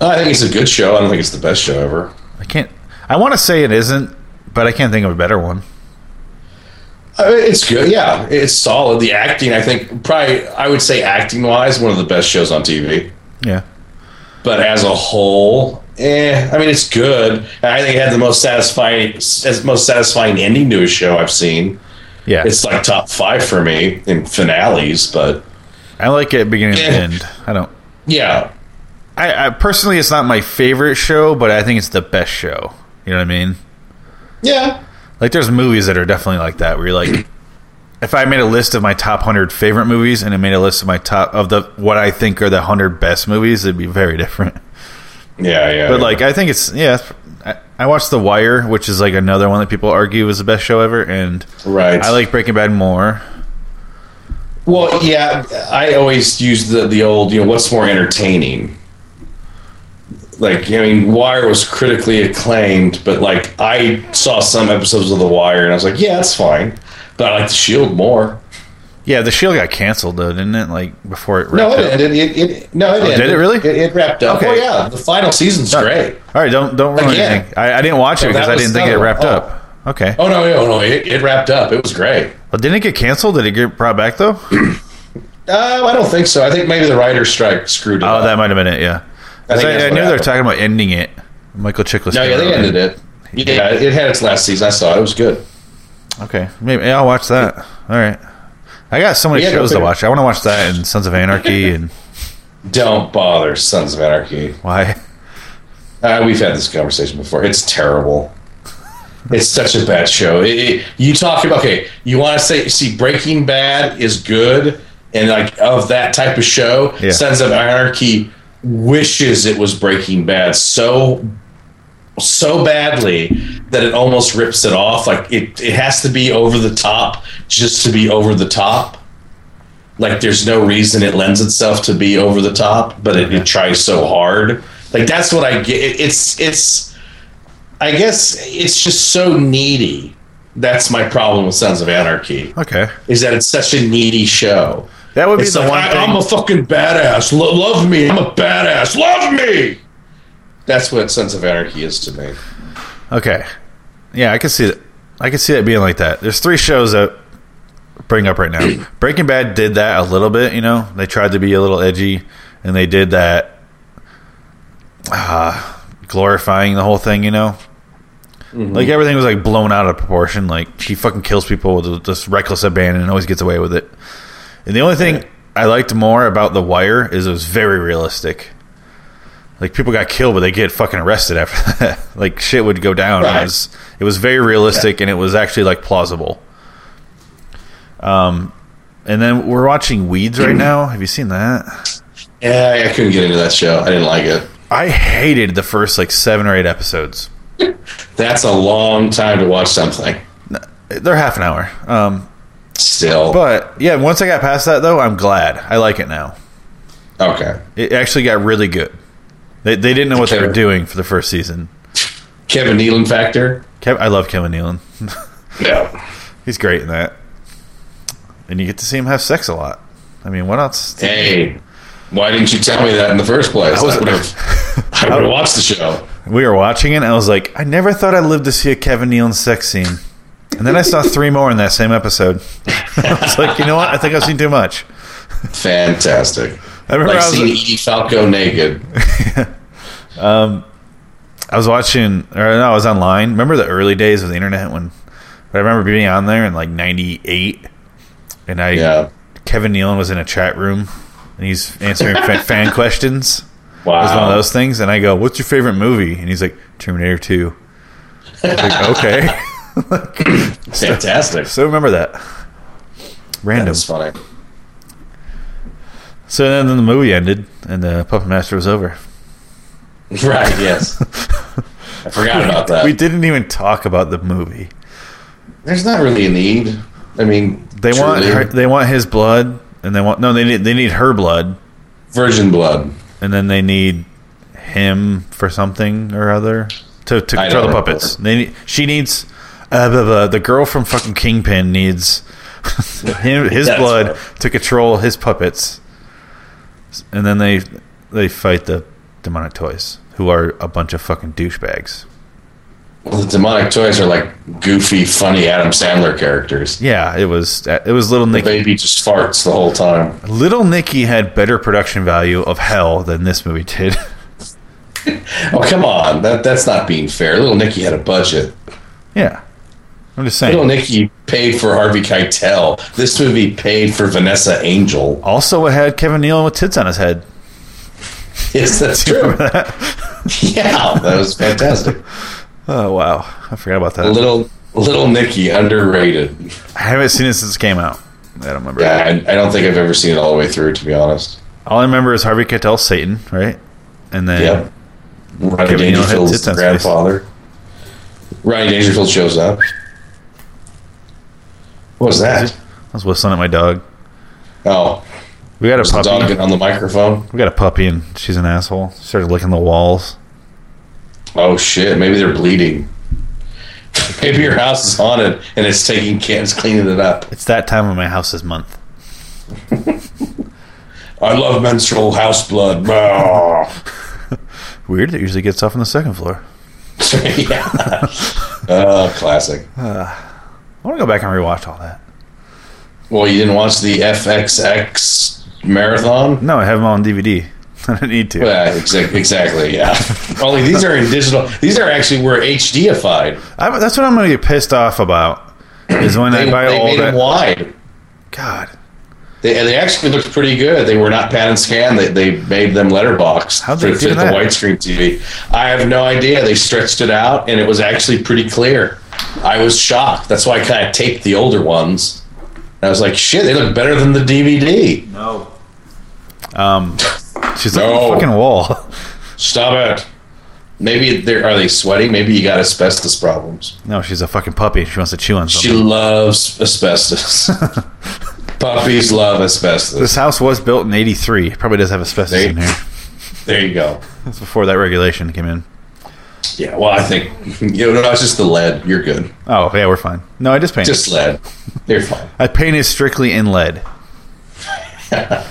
Speaker 4: I think it's a good show. I don't think it's the best show ever.
Speaker 2: I can't. I want to say it isn't, but I can't think of a better one.
Speaker 4: I mean, it's good. Yeah, it's solid. The acting, I think, probably I would say acting wise, one of the best shows on TV.
Speaker 2: Yeah.
Speaker 4: but as a whole, eh, I mean, it's good. And I think it had the most satisfying, s- most satisfying ending to a show I've seen.
Speaker 2: Yeah.
Speaker 4: It's like top five for me in finales, but
Speaker 2: I like it beginning to
Speaker 4: Yeah.
Speaker 2: end. I don't.
Speaker 4: yeah,
Speaker 2: I, I personally, it's not my favorite show, but I think it's the best show. You know what I mean?
Speaker 4: yeah,
Speaker 2: Like, there's movies that are definitely like that. Where you're like, if I made a list of my top hundred favorite movies and I made a list of my top of the what I think are the hundred best movies, it'd be very [laughs] different.
Speaker 4: yeah, yeah.
Speaker 2: But like, I think it's yeah. it's- I, I watched The Wire, which is like another one that people argue was the best show ever, and
Speaker 4: right,
Speaker 2: I like Breaking Bad more.
Speaker 4: Well, yeah, I always use the the old, you know, what's more entertaining. Like, I mean, Wire was critically acclaimed, but like, I saw some episodes of The Wire, and I was like, yeah, that's fine. But I like The Shield more.
Speaker 2: Yeah, The Shield got canceled though, didn't it? Like before it.
Speaker 4: No,
Speaker 2: wrapped
Speaker 4: it
Speaker 2: up.
Speaker 4: ended. It, it, no, it ended.
Speaker 2: Oh, did it really?
Speaker 4: It, it wrapped up.
Speaker 2: Okay.
Speaker 4: Oh yeah, the final season's great.
Speaker 2: All right, don't don't ruin
Speaker 4: Again.
Speaker 2: anything. I, I didn't watch it
Speaker 4: No, that
Speaker 2: because I
Speaker 4: was
Speaker 2: didn't think it
Speaker 4: another one.
Speaker 2: wrapped
Speaker 4: Oh.
Speaker 2: up. Okay.
Speaker 4: Oh no, no, no, it, it wrapped up. It was great.
Speaker 2: Well, didn't it get canceled? Did it get brought back
Speaker 4: [clears throat]
Speaker 2: though?
Speaker 4: Um, I don't think so. I think maybe the writer's strike screwed it
Speaker 2: Oh,
Speaker 4: up.
Speaker 2: that might have been it. Yeah, 'Cause I,
Speaker 4: think
Speaker 2: I,
Speaker 4: that's
Speaker 2: knew
Speaker 4: what
Speaker 2: they were
Speaker 4: happened.
Speaker 2: talking about ending it. Michael Chiklis.
Speaker 4: no, yeah, they ended it. Yeah, it had its last season. I saw it. It was good.
Speaker 2: Okay, maybe yeah, I'll watch that. All right, I got so many
Speaker 4: Yeah, go
Speaker 2: shows to
Speaker 4: figure.
Speaker 2: watch. I want to watch that and Sons of
Speaker 4: [laughs]
Speaker 2: Anarchy and
Speaker 4: Don't bother, Sons of Anarchy.
Speaker 2: why? [laughs]
Speaker 4: Uh, we've had this conversation before. It's terrible. It's such a bad show. It- it- you talk about okay. You want to say see Breaking Bad is good and like of that type of show.
Speaker 2: Yeah.
Speaker 4: Sons of Anarchy wishes it was Breaking Bad so so badly that it almost rips it off. Like it it has to be over the top just to be over the top. Like there's no reason it lends itself to be over the top, but it, it tries so hard. Like that's what I get. It- It's it's I guess it's just so needy. That's my problem with Sons of Anarchy
Speaker 2: Okay,
Speaker 4: is that it's such a needy show.
Speaker 2: that would be
Speaker 4: It's
Speaker 2: the
Speaker 4: like
Speaker 2: one
Speaker 4: I,
Speaker 2: thing.
Speaker 4: am a fucking badass. Lo- love me. I'm a badass. Love me. That's what Sons of Anarchy is to me.
Speaker 2: okay, yeah, I can see that. I can see that being like that. There's three shows that bring up right
Speaker 4: [clears throat]
Speaker 2: now. Breaking Bad did that a little bit. You know, they tried to be a little edgy, and they did that, uh, glorifying the whole thing. You know, Like everything was like blown out of proportion. Like she fucking kills people with this reckless abandon and always gets away with it. And the only thing I liked more about The Wire is it was very realistic. Like people got killed, but they get fucking arrested after [laughs] that. like shit would go down. It
Speaker 4: Right.
Speaker 2: was it was very realistic and it was actually like plausible. Um, and then we're watching Weeds [clears throat] right now. Have you seen that?
Speaker 4: Yeah, Eh, I- I couldn't get into that show. I didn't like it.
Speaker 2: I hated the first like seven or eight episodes.
Speaker 4: That's a long time to watch something.
Speaker 2: They're half an hour. Um,
Speaker 4: Still,
Speaker 2: but yeah, once I got past that though, I'm glad. I like it now.
Speaker 4: okay.
Speaker 2: It actually got really good. They, they didn't know what they were
Speaker 4: Sure.
Speaker 2: doing for the first season.
Speaker 4: Kevin Nealon factor.
Speaker 2: Kev- I love Kevin Nealon. [laughs]
Speaker 4: No.
Speaker 2: He's great in that. And you get to see him have sex a lot. I mean, what else?
Speaker 4: Hey, why didn't you tell me that in the first place? I
Speaker 2: was-
Speaker 4: would have. [laughs] I would have watched the show.
Speaker 2: We were watching it, and I was like, I never thought I'd live to see a Kevin Nealon sex scene. And then I saw three more in that same episode. [laughs] I was like, you know what? I think I've seen too much.
Speaker 4: Fantastic.
Speaker 2: I remember
Speaker 4: Like
Speaker 2: I was
Speaker 4: seeing Edie
Speaker 2: [laughs]
Speaker 4: Falco naked.
Speaker 2: I was watching, or no, I was online. Remember the early days of the internet when? But I remember being on there in like '98, and I
Speaker 4: Yeah.
Speaker 2: Kevin Nealon was in a chat room, and he's answering
Speaker 4: [laughs]
Speaker 2: fa- fan questions. It was one of
Speaker 4: Wow.
Speaker 2: those things, and I go, "What's your favorite movie?" And he's like, "Terminator 2. I was
Speaker 4: [laughs]
Speaker 2: like, "Okay."
Speaker 4: Fantastic.
Speaker 2: so remember that. Random.
Speaker 4: That's funny. [laughs]
Speaker 2: So then, then the movie ended, and the Puppet Master was over.
Speaker 4: Right. Yes. I
Speaker 2: [laughs]
Speaker 4: forgot about that.
Speaker 2: We didn't even talk about the movie.
Speaker 4: There's not really a need. I mean,
Speaker 2: They want
Speaker 4: truly.
Speaker 2: her, they want his blood, and they want no, they need they need her blood.
Speaker 4: virgin blood.
Speaker 2: and then they need him for something or other to, to
Speaker 4: I
Speaker 2: control the
Speaker 4: don't
Speaker 2: puppets. They need, she needs uh, the, the the girl from fucking Kingpin needs [laughs] him his
Speaker 4: That's
Speaker 2: blood
Speaker 4: right.
Speaker 2: to control his puppets, and then they they fight the demonic toys who are a bunch of fucking douchebags.
Speaker 4: Well, the demonic toys are like goofy, funny Adam Sandler characters.
Speaker 2: Yeah, it was uh, it was little
Speaker 4: The
Speaker 2: Nicky.
Speaker 4: baby just farts the whole time.
Speaker 2: Little Nicky had better production value of hell than this movie did. [laughs]
Speaker 4: Oh, come on. That that's not being fair. Little Nicky had a budget.
Speaker 2: yeah, I'm just saying.
Speaker 4: Little Nicky paid for Harvey Keitel. This movie paid for Vanessa Angel. [laughs]
Speaker 2: also, it had Kevin Nealon with tits on his head. [laughs]
Speaker 4: Yes, that's true. yeah, that was fantastic.
Speaker 2: Oh wow, I forgot about that.
Speaker 4: Little Little Nicky underrated.
Speaker 2: I haven't seen it since it came out. I don't remember.
Speaker 4: Yeah, I, I don't think I've ever seen it all the way through, to be honest.
Speaker 2: All I remember is Harvey Keitel, Satan, right? And then
Speaker 4: Yep. Ronnie
Speaker 2: Kevin Nealon had
Speaker 4: Dangerfield's
Speaker 2: tits on his
Speaker 4: grandfather. Ronnie Dangerfield shows up. What was that?
Speaker 2: I was whistling at my dog.
Speaker 4: Oh,
Speaker 2: We got a
Speaker 4: was the dog
Speaker 2: puppy.
Speaker 4: getting on the microphone?
Speaker 2: We got a puppy, and she's an asshole. She started licking the walls.
Speaker 4: Oh shit, maybe they're bleeding. [laughs] maybe your house is haunted and it's taking cans cleaning it up.
Speaker 2: It's that time of my house this month.
Speaker 4: I love menstrual house blood. [laughs] Bah.
Speaker 2: Weird. It usually gets off on the second floor.
Speaker 4: yeah. Uh, classic.
Speaker 2: I want to go back and rewatch all that.
Speaker 4: Well, you didn't watch the FXX marathon?
Speaker 2: No, I have them all on DVD. [laughs] I don't need to.
Speaker 4: Yeah, exa- exactly. Yeah. Only these are in digital. These are actually were HDified.
Speaker 2: I, that's what I'm going to get pissed off about. Is when
Speaker 4: They,
Speaker 2: I buy
Speaker 4: they
Speaker 2: all
Speaker 4: made
Speaker 2: that.
Speaker 4: them wide.
Speaker 2: God,
Speaker 4: They, they actually looked pretty good. They were not pan and scan. They, they made them letterbox
Speaker 2: How'd they
Speaker 4: to
Speaker 2: do
Speaker 4: fit
Speaker 2: that?
Speaker 4: the widescreen TV. I have no idea. They stretched it out, and it was actually pretty clear. I was shocked. That's why I kind of taped the older ones. And I was like, shit, they look better than the DVD.
Speaker 2: Um, she's like
Speaker 4: No.
Speaker 2: the fucking wall. [laughs]
Speaker 4: Stop it. Maybe they're are they sweaty? Maybe you got asbestos problems.
Speaker 2: No, she's a fucking puppy. She wants to chew on
Speaker 4: She
Speaker 2: something.
Speaker 4: loves
Speaker 2: [laughs]
Speaker 4: asbestos. Puppies love asbestos.
Speaker 2: This house was built in '83. Probably does have asbestos
Speaker 4: They-
Speaker 2: in here.
Speaker 4: There you go.
Speaker 2: That's before that regulation came in.
Speaker 4: Yeah, well, I think [laughs] you know, no, it's just the lead. You're good.
Speaker 2: Oh yeah, we're fine. No, I just painted.
Speaker 4: Just lead. You're fine.
Speaker 2: I painted strictly in lead.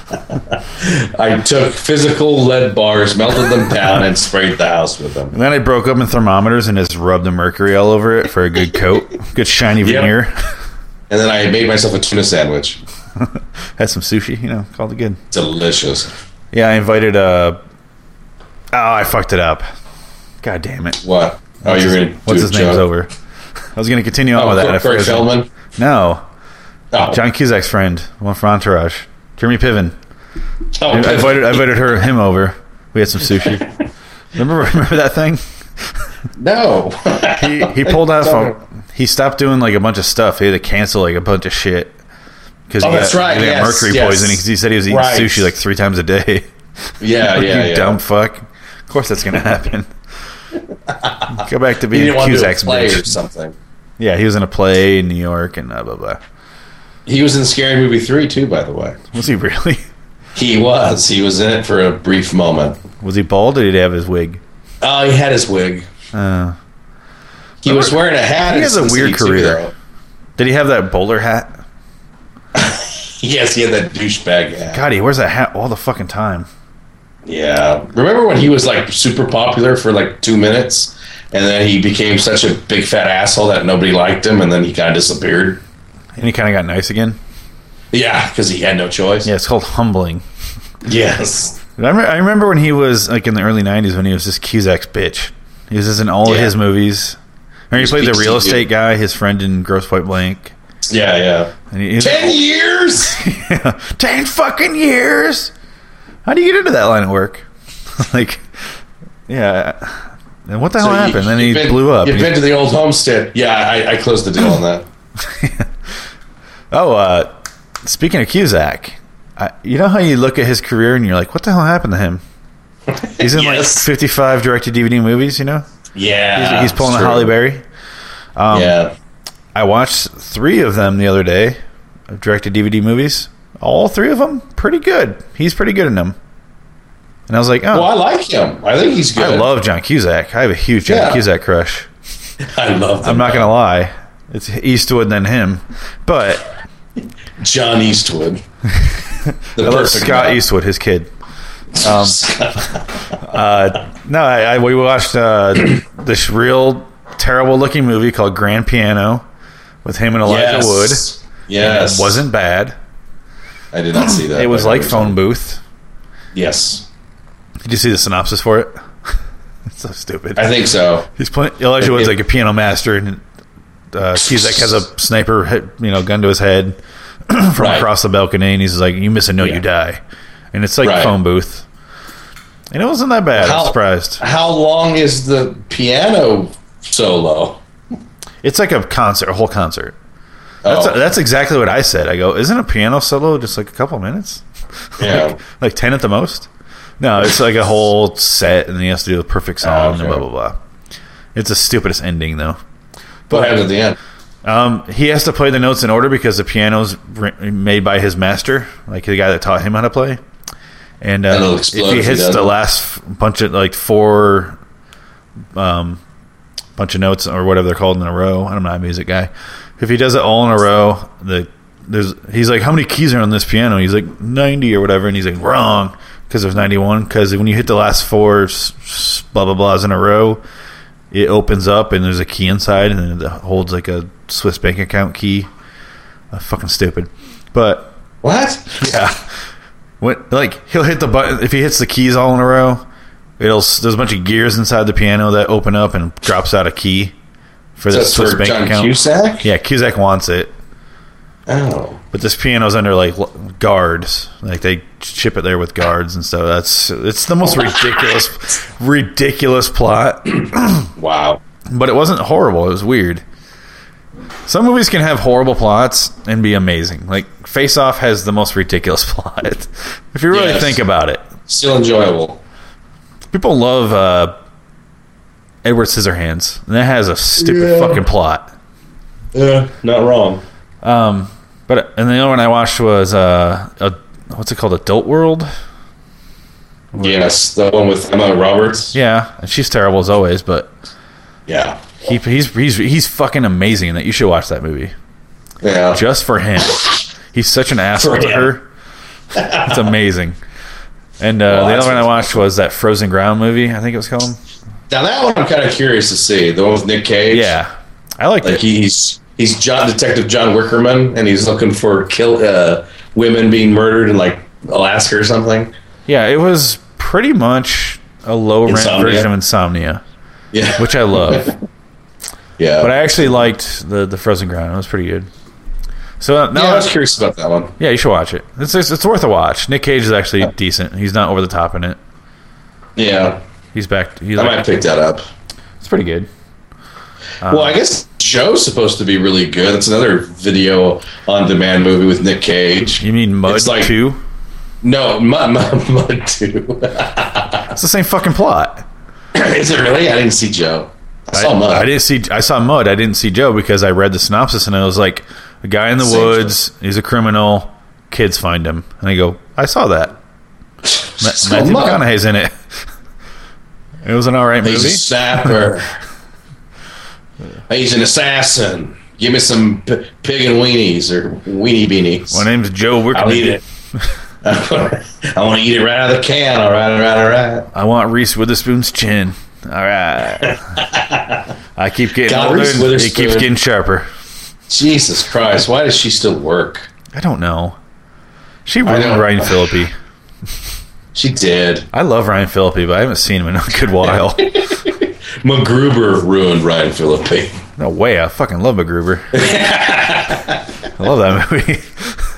Speaker 4: I took physical lead bars, melted them down, and sprayed the house with them.
Speaker 2: And then I broke up in thermometers and just rubbed the mercury all over it for a good
Speaker 4: [laughs]
Speaker 2: coat, good shiny veneer. [laughs]
Speaker 4: And then I made myself a tuna sandwich.
Speaker 2: Had some sushi, you know, called it good.
Speaker 4: Delicious.
Speaker 2: Yeah, I invited. Uh, oh, I fucked it up. God damn it!
Speaker 4: What? Oh, you're gonna
Speaker 2: What's
Speaker 4: do
Speaker 2: his name's
Speaker 4: John-
Speaker 2: over? I was going to continue on
Speaker 4: Oh,
Speaker 2: with that. I
Speaker 4: Kirk, Kirk
Speaker 2: forgot his name.
Speaker 4: Feldman.
Speaker 2: No,
Speaker 4: Oh,
Speaker 2: John Cusack's friend, one from Entourage, Jeremy Piven.
Speaker 4: oh, [laughs]
Speaker 2: I invited, I invited her, him over. We had some sushi. remember, [laughs] remember that thing?
Speaker 4: no. [laughs]
Speaker 2: He he pulled out from. He stopped doing like a bunch of stuff. He had to cancel like a bunch of shit because
Speaker 4: Oh, that's right,
Speaker 2: he got
Speaker 4: yes,
Speaker 2: mercury
Speaker 4: yes.
Speaker 2: poisoning because he said he was eating
Speaker 4: Right.
Speaker 2: sushi like three times a day.
Speaker 4: [laughs] yeah, yeah,
Speaker 2: you
Speaker 4: yeah.
Speaker 2: dumb fuck. Of course that's gonna
Speaker 4: [laughs]
Speaker 2: happen. Go back to
Speaker 4: He
Speaker 2: being
Speaker 4: didn't want to do a
Speaker 2: Cusack's
Speaker 4: play or
Speaker 2: bitch.
Speaker 4: something.
Speaker 2: Yeah, he was in a play in New York and blah blah blah.
Speaker 4: He was in Scary Movie three too, by the way.
Speaker 2: Was he really? [laughs]
Speaker 4: He was. He was in it for a brief moment.
Speaker 2: Was he bald or did he have his wig?
Speaker 4: Oh, he had his wig.
Speaker 2: Uh,
Speaker 4: He was wearing a hat.
Speaker 2: He has
Speaker 4: as
Speaker 2: a
Speaker 4: the
Speaker 2: weird
Speaker 4: City
Speaker 2: career.
Speaker 4: Superhero.
Speaker 2: did he have that bowler hat?
Speaker 4: Yes, he had that douchebag hat.
Speaker 2: God, he wears that hat all the fucking time.
Speaker 4: Yeah. Remember when he was like super popular for like two minutes and then he became such a big fat asshole that nobody liked him and then he kind of disappeared?
Speaker 2: And he kind of got nice again.
Speaker 4: Yeah, because he had no choice.
Speaker 2: Yeah, it's called humbling.
Speaker 4: Yes.
Speaker 2: And I, re- I remember when he was like in the early '90s when he was just Cusack's bitch. He was just in all of
Speaker 4: Yeah.
Speaker 2: his movies. And he
Speaker 4: He's
Speaker 2: played the
Speaker 4: peak
Speaker 2: real
Speaker 4: TV.
Speaker 2: estate guy, his friend in Gross Point Blank.
Speaker 4: Yeah, yeah.
Speaker 2: And he, he's
Speaker 4: Ten years?
Speaker 2: [laughs] ten fucking years. How do you get into that line of work? [laughs] like, yeah. And what the
Speaker 4: So
Speaker 2: hell
Speaker 4: you-
Speaker 2: happened? then he
Speaker 4: you've been-
Speaker 2: blew up.
Speaker 4: You've
Speaker 2: He-
Speaker 4: been to the old homestead. Yeah, I, I closed the deal on that.
Speaker 2: oh, uh, speaking of Cusack, I, you know how you look at his career and you're like, what the hell happened to him? He's in
Speaker 4: Yes.
Speaker 2: like 55 directed DVD movies. You know,
Speaker 4: Yeah.
Speaker 2: he's pulling
Speaker 4: it's
Speaker 2: a Holly
Speaker 4: true.
Speaker 2: Berry.
Speaker 4: yeah.
Speaker 2: I watched three of them the other day, of directed DVD movies. All three of them pretty good. He's pretty good in them. And I was like, oh,
Speaker 4: Well, I like him. I think he's good.
Speaker 2: I love John Cusack. I have a huge John
Speaker 4: Yeah.
Speaker 2: Cusack crush.
Speaker 4: I love
Speaker 2: I'm
Speaker 4: him.
Speaker 2: not gonna lie. It's Eastwood then him, but
Speaker 4: John Eastwood. The
Speaker 2: [laughs] I love
Speaker 4: perfect
Speaker 2: Scott um,
Speaker 4: man.
Speaker 2: Eastwood, his kid.
Speaker 4: [laughs]
Speaker 2: Uh, no, I, I we watched uh, [clears throat] this real terrible looking movie called Grand Piano with him and Elijah Wood.
Speaker 4: yes. Yes.
Speaker 2: It wasn't bad.
Speaker 4: I did not see that.
Speaker 2: It was like
Speaker 4: never
Speaker 2: Phone
Speaker 4: saw
Speaker 2: Booth.
Speaker 4: it. Yes.
Speaker 2: Did you see the synopsis for it? [laughs] it's so stupid.
Speaker 4: I think so.
Speaker 2: He's playing Elijah Wood's like a piano master, and uh, Cusack has a sniper, hit, you know, gun to his head [clears throat] from
Speaker 4: Right.
Speaker 2: across the balcony, and he's like, "You miss a note, you die," and it's like
Speaker 4: Right.
Speaker 2: phone booth. And it wasn't that bad.
Speaker 4: How-
Speaker 2: I'm surprised.
Speaker 4: How long is the piano solo?
Speaker 2: It's like a concert, a whole concert. That's
Speaker 4: Oh,
Speaker 2: that's exactly what I said. I go, "Isn't a piano solo just like a couple minutes,
Speaker 4: yeah.
Speaker 2: like ten at the most?" No, it's like a whole set, and he has to do the perfect song and
Speaker 4: okay.
Speaker 2: blah blah blah. It's the stupidest ending though.
Speaker 4: what happened at the end?
Speaker 2: Um, he has to play the notes in order because the piano's ri- made by his master, like the guy that taught him how to play. And
Speaker 4: And it'll
Speaker 2: uh, if
Speaker 4: explode
Speaker 2: he
Speaker 4: if he
Speaker 2: hits the
Speaker 4: doesn't.
Speaker 2: last f- bunch of like four, um, bunch of notes or whatever they're called in a row, I'm not a music guy. If he does it all in a row, the there's he's like, how many keys are on this piano? He's like ninety or whatever, and he's like wrong because there's ninety one. Because when you hit the last four s- s- blah blah blahs in a row, it opens up and there's a key inside and it holds like a Swiss bank account key. Uh, fucking stupid. But
Speaker 4: What?
Speaker 2: yeah, when, like he'll hit the button if he hits the keys all in a row. It'll s- there's a bunch of gears inside the piano that open up and drops out a key for the
Speaker 4: That's
Speaker 2: Swiss
Speaker 4: for
Speaker 2: bank
Speaker 4: John
Speaker 2: account.
Speaker 4: Cusack?
Speaker 2: Yeah, Cusack wants it,
Speaker 4: Oh.
Speaker 2: but this piano's under like l- guards. Like they ship it there with guards and stuff. That's it's the most ridiculous, ridiculous plot.
Speaker 4: Wow.
Speaker 2: but it wasn't horrible. It was weird. Some movies can have horrible plots and be amazing. Like Face Off has the most ridiculous [laughs] plot. if you really
Speaker 4: Yes.
Speaker 2: think about it,
Speaker 4: Still enjoyable.
Speaker 2: people love uh, Edward Scissorhands, and that has a stupid
Speaker 4: Yeah.
Speaker 2: fucking plot.
Speaker 4: Yeah. Not wrong.
Speaker 2: But and the other one I watched was uh, a, what's it called, Adult World?
Speaker 4: Yes. The one with Emma Roberts.
Speaker 2: Yeah, and she's terrible as always, but
Speaker 4: Yeah.
Speaker 2: he, he's he's he's fucking amazing in that. You should watch that movie.
Speaker 4: Yeah.
Speaker 2: just for him. He's such an asshole
Speaker 4: For
Speaker 2: to
Speaker 4: him.
Speaker 2: her. It's amazing. And uh, the
Speaker 4: that's
Speaker 2: other one I watched was that Frozen Ground movie. I think it was called.
Speaker 4: Now that one I'm kind of curious to see. The one with Nick Cage.
Speaker 2: Yeah, I liked
Speaker 4: Like
Speaker 2: it.
Speaker 4: he's he's John Detective John Wickerman, and he's looking for kill uh, women being murdered in like Alaska or something.
Speaker 2: Yeah, it was pretty much a low rent
Speaker 4: Insomnia.
Speaker 2: version of Insomnia.
Speaker 4: Yeah.
Speaker 2: which I love.
Speaker 4: yeah.
Speaker 2: but I actually liked the the Frozen Ground. It was pretty good. So uh, now
Speaker 4: yeah, I was curious about that one.
Speaker 2: Yeah, you should watch it. It's, it's it's worth a watch. Nick Cage is actually decent. He's not over the top in it.
Speaker 4: Yeah.
Speaker 2: He's back. He's
Speaker 4: I might pick that up.
Speaker 2: It's pretty good.
Speaker 4: well, I guess Joe's supposed to be really good. It's another video on demand movie with Nick Cage.
Speaker 2: You mean Mud
Speaker 4: It's like-
Speaker 2: Two?
Speaker 4: No, [laughs] Mud, Mud, Mud 2.
Speaker 2: It's the same fucking plot.
Speaker 4: [laughs] Is it really? I didn't see Joe. I
Speaker 2: I,
Speaker 4: saw Mud.
Speaker 2: I didn't see. I saw Mud. I didn't see Joe because I read the synopsis and I was like, a guy in the
Speaker 4: Same
Speaker 2: woods. He's a criminal. Kids find him, and I go, I saw that. Ma-
Speaker 4: Saw
Speaker 2: Matthew
Speaker 4: Mud.
Speaker 2: McConaughey's in it. [laughs] It was an all right
Speaker 4: He's
Speaker 2: movie.
Speaker 4: a [laughs] snapper. He's an assassin. Give me some p- pig and weenies or weenie beanies.
Speaker 2: My name's Joe. We're
Speaker 4: I'll eat it. I want to eat it [laughs] right out of the can. All right, all right, all right.
Speaker 2: I want Reese Witherspoon's chin. All
Speaker 4: [laughs]
Speaker 2: right. I keep getting
Speaker 4: God,
Speaker 2: older.
Speaker 4: Reese
Speaker 2: and It
Speaker 4: Witherspoon.
Speaker 2: keeps getting sharper.
Speaker 4: Jesus Christ, why does she still work?
Speaker 2: I don't know. She ruined
Speaker 4: know.
Speaker 2: Ryan Phillippe.
Speaker 4: She did.
Speaker 2: I love Ryan Phillippe, but I haven't seen him in a good
Speaker 4: [laughs]
Speaker 2: while.
Speaker 4: MacGruber ruined Ryan Phillippe.
Speaker 2: no way. I fucking love
Speaker 4: [laughs]
Speaker 2: MacGruber. I love that movie.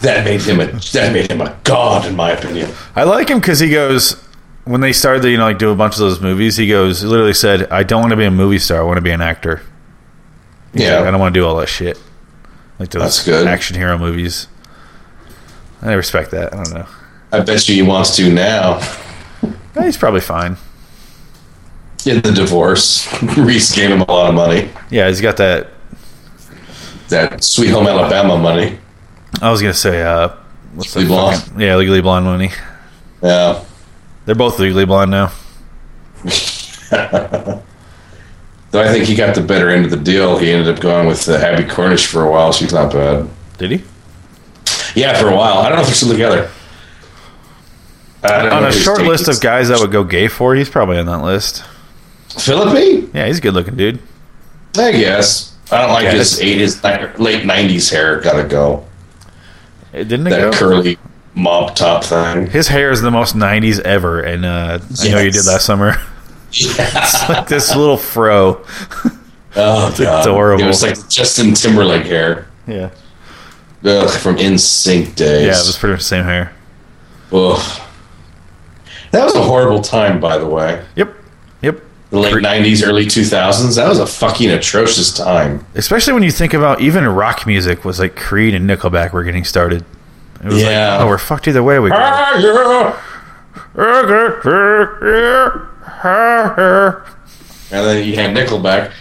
Speaker 4: That made him a that made him a god in my opinion.
Speaker 2: I like him because he goes when they started to you know like do a bunch of those movies. He goes he literally said, "I don't want to be a movie star. I want to be an actor.
Speaker 4: Yeah,
Speaker 2: I don't want to do all that shit." Like those
Speaker 4: That's good.
Speaker 2: action hero movies. I respect that. I don't know.
Speaker 4: I bet you he wants to now.
Speaker 2: Yeah, he's probably fine.
Speaker 4: In the divorce, [laughs] Reese gave him a lot of money.
Speaker 2: Yeah, he's got that.
Speaker 4: That Sweet Home Alabama money.
Speaker 2: I was gonna say, uh, what's the
Speaker 4: Legally Blonde.
Speaker 2: fucking- yeah, legally blonde money.
Speaker 4: Yeah.
Speaker 2: They're both legally blonde now.
Speaker 4: Though I think he got the better end of the deal. He ended up going with uh, Abby Cornish for a while. She's not bad.
Speaker 2: Did he?
Speaker 4: Yeah, for a while. I don't know if they're still together. I don't
Speaker 2: On
Speaker 4: know
Speaker 2: a
Speaker 4: if he's
Speaker 2: short
Speaker 4: dating-
Speaker 2: list of guys that would go gay for, he's probably on that list.
Speaker 4: Philippi?
Speaker 2: Yeah, he's a good looking dude.
Speaker 4: I guess. I don't like
Speaker 2: Okay.
Speaker 4: his eighties, late nineties hair. Gotta go.
Speaker 2: Eh, Didn't it
Speaker 4: That
Speaker 2: go?
Speaker 4: curly mop
Speaker 2: [laughs]
Speaker 4: top thing.
Speaker 2: His hair is the most '90s ever, and uh, I know you did
Speaker 4: Yes.
Speaker 2: last summer. [laughs]
Speaker 4: Yes.
Speaker 2: like this little fro.
Speaker 4: oh, God.
Speaker 2: adorable.
Speaker 4: It was like Justin Timberlake hair.
Speaker 2: Yeah,
Speaker 4: Ugh, from In Sync days.
Speaker 2: yeah, it was pretty much the same hair.
Speaker 4: Ugh. That was a horrible time, by the way.
Speaker 2: Yep, yep.
Speaker 4: The late
Speaker 2: Pre-
Speaker 4: '90s, early 2000s. That was a fucking atrocious time.
Speaker 2: Especially when you think about even rock music was like Creed and Nickelback were getting started. It was
Speaker 4: Yeah.
Speaker 2: like, oh, we're fucked either way.
Speaker 4: [laughs]
Speaker 2: We go.
Speaker 4: Ah, yeah. And then you had Nickelback.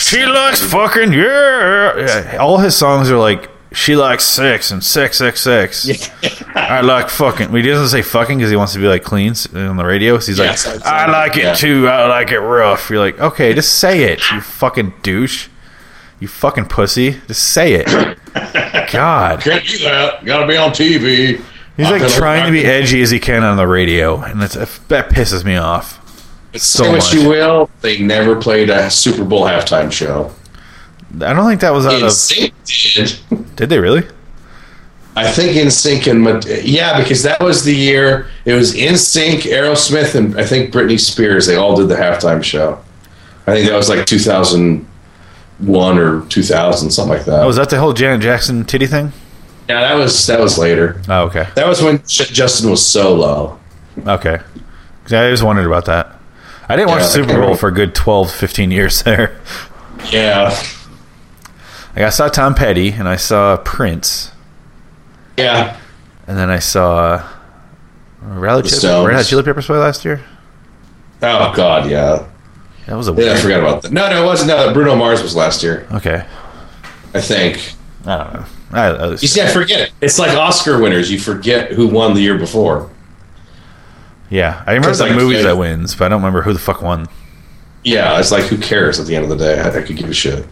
Speaker 2: She likes fucking yeah. Yeah, All his songs are like she likes sex and sex sex sex. I like fucking. He doesn't say fucking because he wants to be like clean s- on the radio. 'cause he's
Speaker 4: Yes,
Speaker 2: like,
Speaker 4: I'd say
Speaker 2: I
Speaker 4: that,
Speaker 2: like it
Speaker 4: yeah.
Speaker 2: too. I like it rough. You're like, okay, just say it. You fucking douche. You fucking pussy. Just say
Speaker 4: [laughs]
Speaker 2: it. God.
Speaker 4: Can't do that. Gotta be on TV.
Speaker 2: He's like trying to be edgy as he can on the radio, and that's, that pisses me off.
Speaker 4: So
Speaker 2: so
Speaker 4: what
Speaker 2: much.
Speaker 4: you will. They never played a Super Bowl halftime show.
Speaker 2: I don't think that was out
Speaker 4: In
Speaker 2: of.
Speaker 4: Sync did.
Speaker 2: Did they really?
Speaker 4: I think In Sync and Ma- yeah, because that was the year it was In Sync, Aerosmith, and I think Britney Spears. They all did the halftime show. I think that was like 2001 or 2000, something like that.
Speaker 2: Oh, was that the whole Janet Jackson titty thing?
Speaker 4: yeah, that was that was later.
Speaker 2: Oh, okay.
Speaker 4: That was when J- Justin was solo.
Speaker 2: Okay. 'Cause I always wondered about that. I didn't watch
Speaker 4: Yeah,
Speaker 2: the Super
Speaker 4: okay.
Speaker 2: Bowl for a good 12, 15 years [laughs] there.
Speaker 4: Yeah,
Speaker 2: Like, I saw Tom Petty, and I saw Prince,
Speaker 4: yeah.
Speaker 2: and then I saw Red Hot Chili-
Speaker 4: Stones.
Speaker 2: Red Hot Chili Peppers play last year.
Speaker 4: Oh God, yeah.
Speaker 2: That was a
Speaker 4: Yeah, I
Speaker 2: weird.
Speaker 4: forgot about that. No, no, it wasn't. No, Bruno Mars was last year,
Speaker 2: Okay.
Speaker 4: I think.
Speaker 2: I don't know. I, I
Speaker 4: You see, I forget it. It's like Oscar winners. You forget who won the year before.
Speaker 2: yeah, I remember
Speaker 4: 'Cause,
Speaker 2: the
Speaker 4: like,
Speaker 2: movies
Speaker 4: they-
Speaker 2: that wins, but I don't remember who the fuck won.
Speaker 4: Yeah, it's like who cares at the end of the day? I, I could give a shit.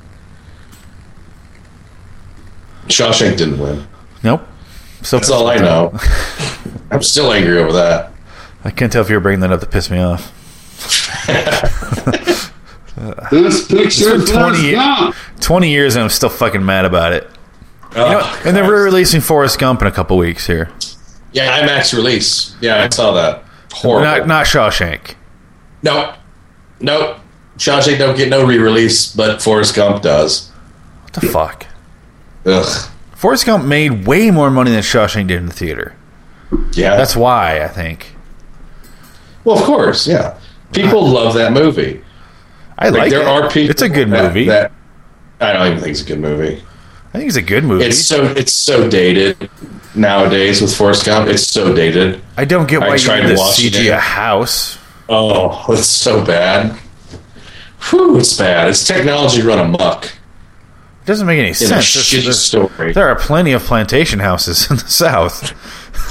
Speaker 4: Shawshank didn't win.
Speaker 2: Nope. So
Speaker 4: That's all I know.
Speaker 2: [laughs]
Speaker 4: I'm still angry over that.
Speaker 2: I can't tell if you were bringing that up to piss me off.
Speaker 5: This picture
Speaker 2: It's been 20
Speaker 5: does
Speaker 2: years.
Speaker 5: not.
Speaker 2: 20 years and I'm still fucking mad about it.
Speaker 4: Oh,
Speaker 2: You know, and they're re-releasing Forrest Gump in a couple weeks here.
Speaker 4: yeah, IMAX release. Yeah, I saw that. Horrible.
Speaker 2: Not not Shawshank.
Speaker 4: No, no. Shawshank don't get no re-release, but Forrest Gump does.
Speaker 2: What the fuck?
Speaker 4: Ugh.
Speaker 2: Forrest Gump made way more money than Shawshank did in the theater.
Speaker 4: Yeah.
Speaker 2: That's why I think
Speaker 4: well, of course. Yeah. People love that movie.
Speaker 2: I like.
Speaker 4: Like, there
Speaker 2: it.
Speaker 4: are people.
Speaker 2: It's a good
Speaker 4: that-
Speaker 2: movie.
Speaker 4: That, I don't even think it's a good movie.
Speaker 2: I think it's a good movie.
Speaker 4: It's so it's so dated nowadays with Forrest Gump. It's so dated.
Speaker 2: I don't get
Speaker 4: I
Speaker 2: why you
Speaker 4: tried
Speaker 2: need to
Speaker 4: watching
Speaker 2: CG
Speaker 4: it.
Speaker 2: a house.
Speaker 4: Oh, it's so bad. Whew, it's bad. It's technology run amok
Speaker 2: It doesn't make any
Speaker 4: in a
Speaker 2: sense.
Speaker 4: shitty
Speaker 2: There's-
Speaker 4: story.
Speaker 2: There are plenty of plantation houses [laughs] in the South.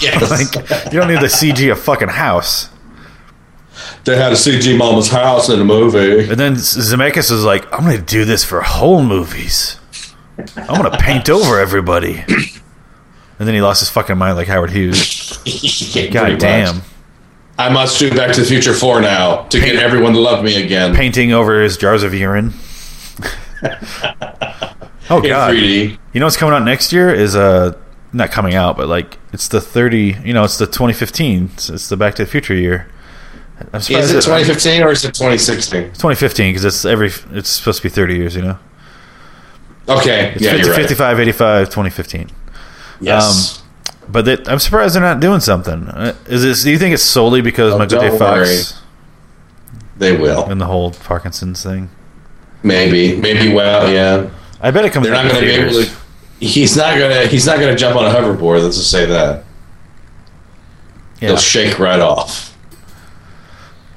Speaker 4: Yes.
Speaker 2: Like, you don't need to CG a fucking house.
Speaker 4: [laughs] they had a CG Mama's house in the movie.
Speaker 2: And then Zemeckis is like, I'm going to do this for whole movies. I'm going to paint over
Speaker 4: [clears throat]
Speaker 2: everybody. And then he lost his fucking mind like Howard Hughes.
Speaker 4: [laughs] Yeah, pretty
Speaker 2: God
Speaker 4: much.
Speaker 2: damn.
Speaker 4: I must do Back to the Future 4 now to get everyone to love me again
Speaker 2: Painting over his jars of
Speaker 4: [laughs]
Speaker 2: urine. oh,
Speaker 4: in
Speaker 2: God.
Speaker 4: 3D.
Speaker 2: You know what's coming out next year is Uh, not coming out, but like it's the thirty. You know, it's the twenty fifteen. It's, it's the Back to the Future year. I'm surprised
Speaker 4: Is it
Speaker 2: that-
Speaker 4: 2015 or is it 2016?
Speaker 2: 2015 because it's every it's supposed to be 30 years you know
Speaker 4: Okay,
Speaker 2: it's
Speaker 4: yeah,
Speaker 2: 50,
Speaker 4: you're right.
Speaker 2: 55 85 2015
Speaker 4: yes.
Speaker 2: Um, but that, i'm surprised they're not doing something Uh, is this do you think it's solely because
Speaker 4: Oh,
Speaker 2: michael
Speaker 4: don't
Speaker 2: j fox
Speaker 4: worry. they will.
Speaker 2: and the whole parkinson's thing
Speaker 4: Maybe. Maybe well, yeah.
Speaker 2: i bet it comes
Speaker 4: They're
Speaker 2: out
Speaker 4: not
Speaker 2: in
Speaker 4: going to be able
Speaker 2: theaters.
Speaker 4: to He's not going to he's not going to jump on a hoverboard, let's just say that. He'll
Speaker 2: yeah.
Speaker 4: shake right off.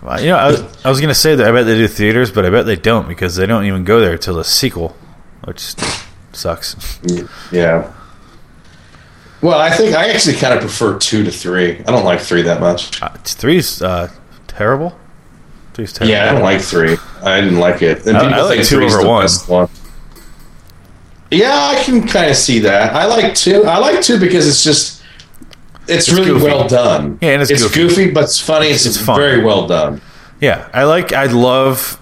Speaker 2: Well, you know i was, I was going to say that i bet they do theaters but i bet they don't because they don't even go there till the sequel which sucks
Speaker 4: Yeah. Well, I think I actually kind of prefer 2 to 3. I don't like 3 that much.
Speaker 2: uh, three's uh, terrible three's terrible
Speaker 4: Yeah, I don't like three. I didn't like it. And
Speaker 2: I-
Speaker 4: people
Speaker 2: I like
Speaker 4: think
Speaker 2: two
Speaker 4: three's
Speaker 2: over
Speaker 4: the
Speaker 2: one.
Speaker 4: best one. Yeah, I can kind of see that. I like two. I like two because it's just it's, really
Speaker 2: goofy.
Speaker 4: well done.
Speaker 2: Yeah, and it's goofy.
Speaker 4: goofy. but it's funny. It's,
Speaker 2: It's fun.
Speaker 4: very well done.
Speaker 2: Yeah, I like. I love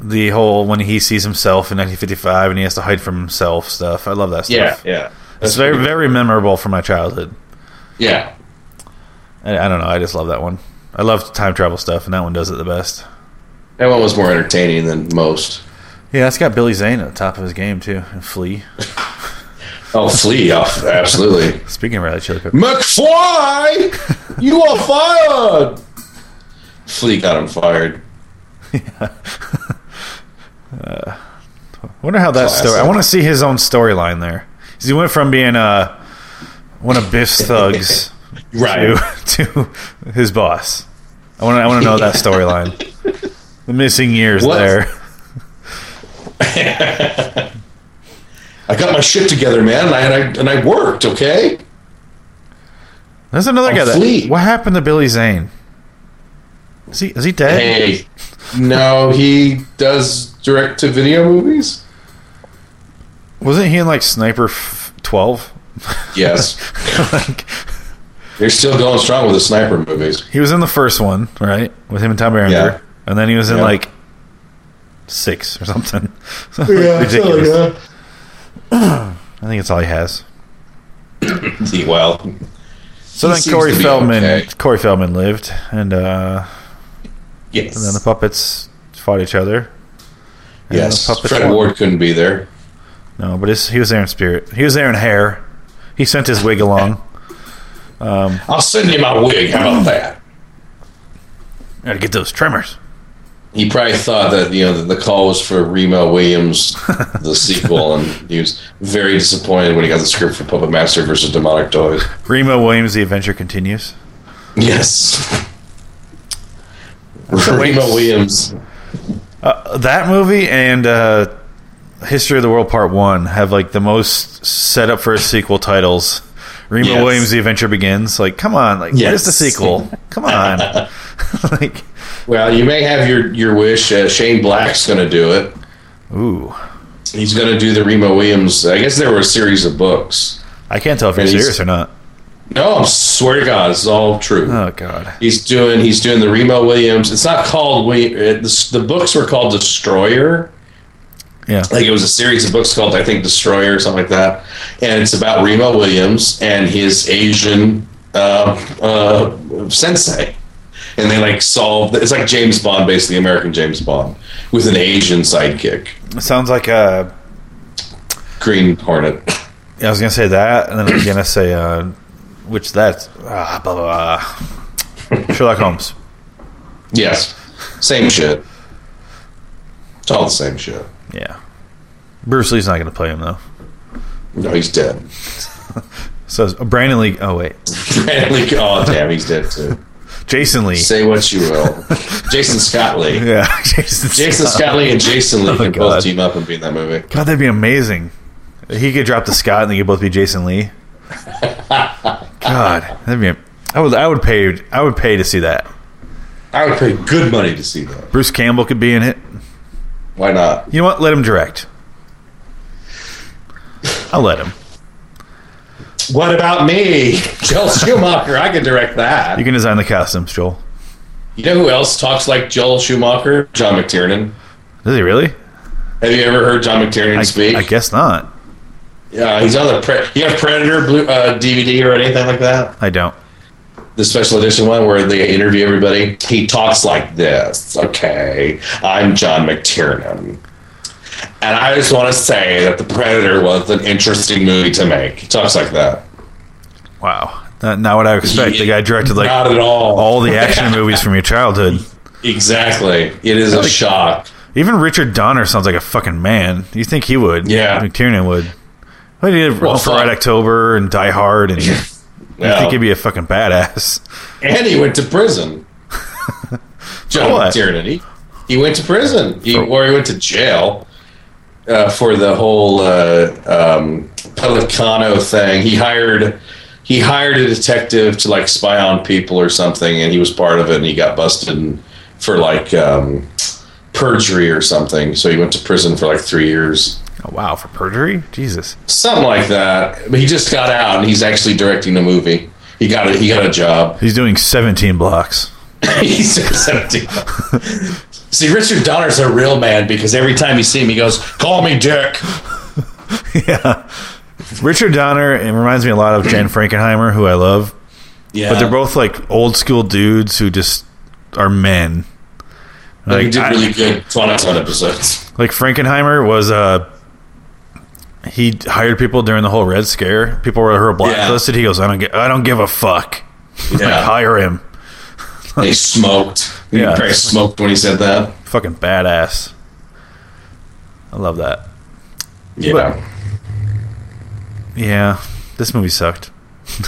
Speaker 2: the whole when he sees himself in 1955 and he has to hide from himself stuff. I love that stuff.
Speaker 4: Yeah, yeah.
Speaker 2: it's
Speaker 4: That's
Speaker 2: very
Speaker 4: pretty-
Speaker 2: very memorable from my childhood.
Speaker 4: yeah.
Speaker 2: I, I don't know. I just love that one. I love time travel stuff, and that one does it the best.
Speaker 4: That one was more entertaining than most.
Speaker 2: Yeah, it's got Billy Zane at the top of his game too, and Flea.
Speaker 4: Oh, Flea, oh, absolutely.
Speaker 2: Speaking of Riley Chili Peppers,
Speaker 4: [laughs] McFly, you are fired. Flea got him fired.
Speaker 2: I wonder how that
Speaker 4: Classic.
Speaker 2: story. I want to see his own storyline there. 'Cause He went from being uh, one of
Speaker 4: [laughs]
Speaker 2: Biff's thugs to, [laughs] to his boss. I want to. I want to know that
Speaker 4: [laughs]
Speaker 2: storyline. The missing years
Speaker 4: What?
Speaker 2: there.
Speaker 4: I got my shit together, man, and I, and I and I worked. Okay.
Speaker 2: There's another guy that.
Speaker 4: Fleet.
Speaker 2: What happened to Billy Zane? Is he is he dead?
Speaker 4: Hey, no, he does direct to video movies.
Speaker 2: Wasn't he in like Sniper Twelve? [laughs]
Speaker 4: Yes,
Speaker 2: like,
Speaker 4: they're still going strong with the sniper movies.
Speaker 2: he was in the first one, right, with him and Tom Berenger,
Speaker 4: Yeah.
Speaker 2: and then he was in
Speaker 4: Yeah.
Speaker 2: like six or something. [laughs] Ridiculous. I think it's all he has.
Speaker 4: He- Well,
Speaker 2: So
Speaker 4: He
Speaker 2: then
Speaker 4: seems
Speaker 2: Corey
Speaker 4: to be
Speaker 2: Feldman,
Speaker 4: okay.
Speaker 2: Corey Feldman lived, and uh,
Speaker 4: yes,
Speaker 2: and then the puppets fought each other. And
Speaker 4: yes.
Speaker 2: the puppets
Speaker 4: Fred
Speaker 2: won.
Speaker 4: Ward couldn't be there.
Speaker 2: No, but his, he was there in spirit. He was there in hair. He sent his wig
Speaker 4: [laughs]
Speaker 2: along.
Speaker 4: I'll send you my wig. How about that?
Speaker 2: Gotta get those tremors.
Speaker 4: He probably thought that you know that the call was for Remo Williams, the sequel, and he was very disappointed when he got the script for Puppet Master versus Demonic Toys.
Speaker 2: Remo Williams, the adventure continues.
Speaker 4: Yes. Remo Williams.
Speaker 2: That movie and uh, History of the World Part One have like the most set up for a sequel titles. Remo
Speaker 4: Yes.
Speaker 2: Williams, the adventure begins. Like, come on, like where's the
Speaker 4: Yes.
Speaker 2: sequel? Come
Speaker 4: [laughs]
Speaker 2: on, [laughs] like,
Speaker 4: Well, you may have your your wish. Uh, Shane Black's going to do it.
Speaker 2: ooh,
Speaker 4: He's going to do the Remo Williams. I guess there were a series of books.
Speaker 2: I can't tell if you're
Speaker 4: And he's-
Speaker 2: serious or not.
Speaker 4: No, I swear to God, it's all true.
Speaker 2: Oh god,
Speaker 4: He's doing he's doing the Remo Williams. It's not called William. It, the, the books were called Destroyer.
Speaker 2: yeah,
Speaker 4: Like it was a series of books called I think Destroyer or something like that. And it's about Remo Williams and his Asian uh, uh, sensei. and they like solve. It's like James Bond, basically American James Bond, with an Asian sidekick,
Speaker 2: It sounds like uh,
Speaker 4: Green Hornet.
Speaker 2: I was gonna say that, and then I was gonna say uh, which that's uh, blah, blah, blah. Sherlock Holmes.
Speaker 4: yes, same shit. It's all the same shit.
Speaker 2: Yeah, Bruce Lee's not gonna play him though.
Speaker 4: No, he's dead. [laughs]
Speaker 2: So it's- oh, Brandon Lee. Oh wait,
Speaker 4: Bradley, oh damn, he's dead too.
Speaker 2: Jason Lee.
Speaker 4: Say what you will, Jason Scott Lee.
Speaker 2: [laughs] Yeah, Jason.
Speaker 4: Jason Scott Lee and Jason Lee
Speaker 2: Oh,
Speaker 4: can
Speaker 2: God.
Speaker 4: both team up and be in that movie.
Speaker 2: God, that'd be amazing. He could drop the Scott, and they could both be Jason
Speaker 4: [laughs]
Speaker 2: Lee. God, that'd be. I would. I would pay. I would pay to see that.
Speaker 4: I would pay good money to see that.
Speaker 2: Bruce Campbell could be in it.
Speaker 4: Why not?
Speaker 2: You know what? Let him direct. I'll let him.
Speaker 4: What about me? [laughs] Joel Schumacher, I could direct that.
Speaker 2: You can design the costumes, Joel.
Speaker 4: You know who else talks like Joel Schumacher? John McTiernan.
Speaker 2: Does he really?
Speaker 4: Have you ever heard John McTiernan
Speaker 2: I,
Speaker 4: speak?
Speaker 2: I guess not.
Speaker 4: Yeah, he's on the pre- you have Predator blue, uh, DVD or anything like that.
Speaker 2: I don't.
Speaker 4: The special edition one where they interview everybody. He talks like this. Okay, I'm John McTiernan, and I just want to say that the Predator was an interesting movie to make. He talks like that.
Speaker 2: Wow. Not, not what I expect. The guy directed like
Speaker 4: Not at all.
Speaker 2: all the
Speaker 4: [laughs]
Speaker 2: action movies from your childhood.
Speaker 4: Exactly. It is a shock.
Speaker 2: Even Richard Donner sounds like a fucking man. You think he would?
Speaker 4: Yeah.
Speaker 2: McTiernan would. But he did
Speaker 4: Well,
Speaker 2: Hunt for Red
Speaker 4: fuck.
Speaker 2: October and Die Hard, and you
Speaker 4: Yeah.
Speaker 2: think he'd be a fucking badass. [laughs]
Speaker 4: and he went to prison. John
Speaker 2: what?
Speaker 4: McTiernan. He, he went to prison. He, or he went to jail uh, for the whole uh, um, Pelicano thing. He hired he hired a detective to like spy on people or something, and he was part of it. And he got busted and- for like um, perjury or something. So he went to prison for like three years,
Speaker 2: Oh, wow, for perjury? Jesus.
Speaker 4: something like that. But he just got out, and he's actually directing a movie. He got a, he got a job. [laughs]
Speaker 2: He's doing 17 blocks. [laughs]
Speaker 4: He's just empty. See, Richard Donner's a real man because every time you see him, he goes, "Call me Dick."
Speaker 2: yeah. Richard Donner, it reminds me a lot of Jen Frankenheimer, who I love.
Speaker 4: Yeah,
Speaker 2: But they're both like old school dudes who just are men.
Speaker 4: But he
Speaker 2: Like,
Speaker 4: did
Speaker 2: I-
Speaker 4: really good Twilight episodes.
Speaker 2: like Frankenheimer was uh he hired people during the whole Red Scare. People were were blacklisted. He goes, I don't get, I don't give a fuck. Like,
Speaker 4: Yeah,
Speaker 2: hire him.
Speaker 4: they smoked. He
Speaker 2: Yeah.
Speaker 4: probably smoked when he said that.
Speaker 2: Fucking badass. I love that.
Speaker 4: Yeah.
Speaker 2: Yeah, this movie sucked.
Speaker 4: [laughs]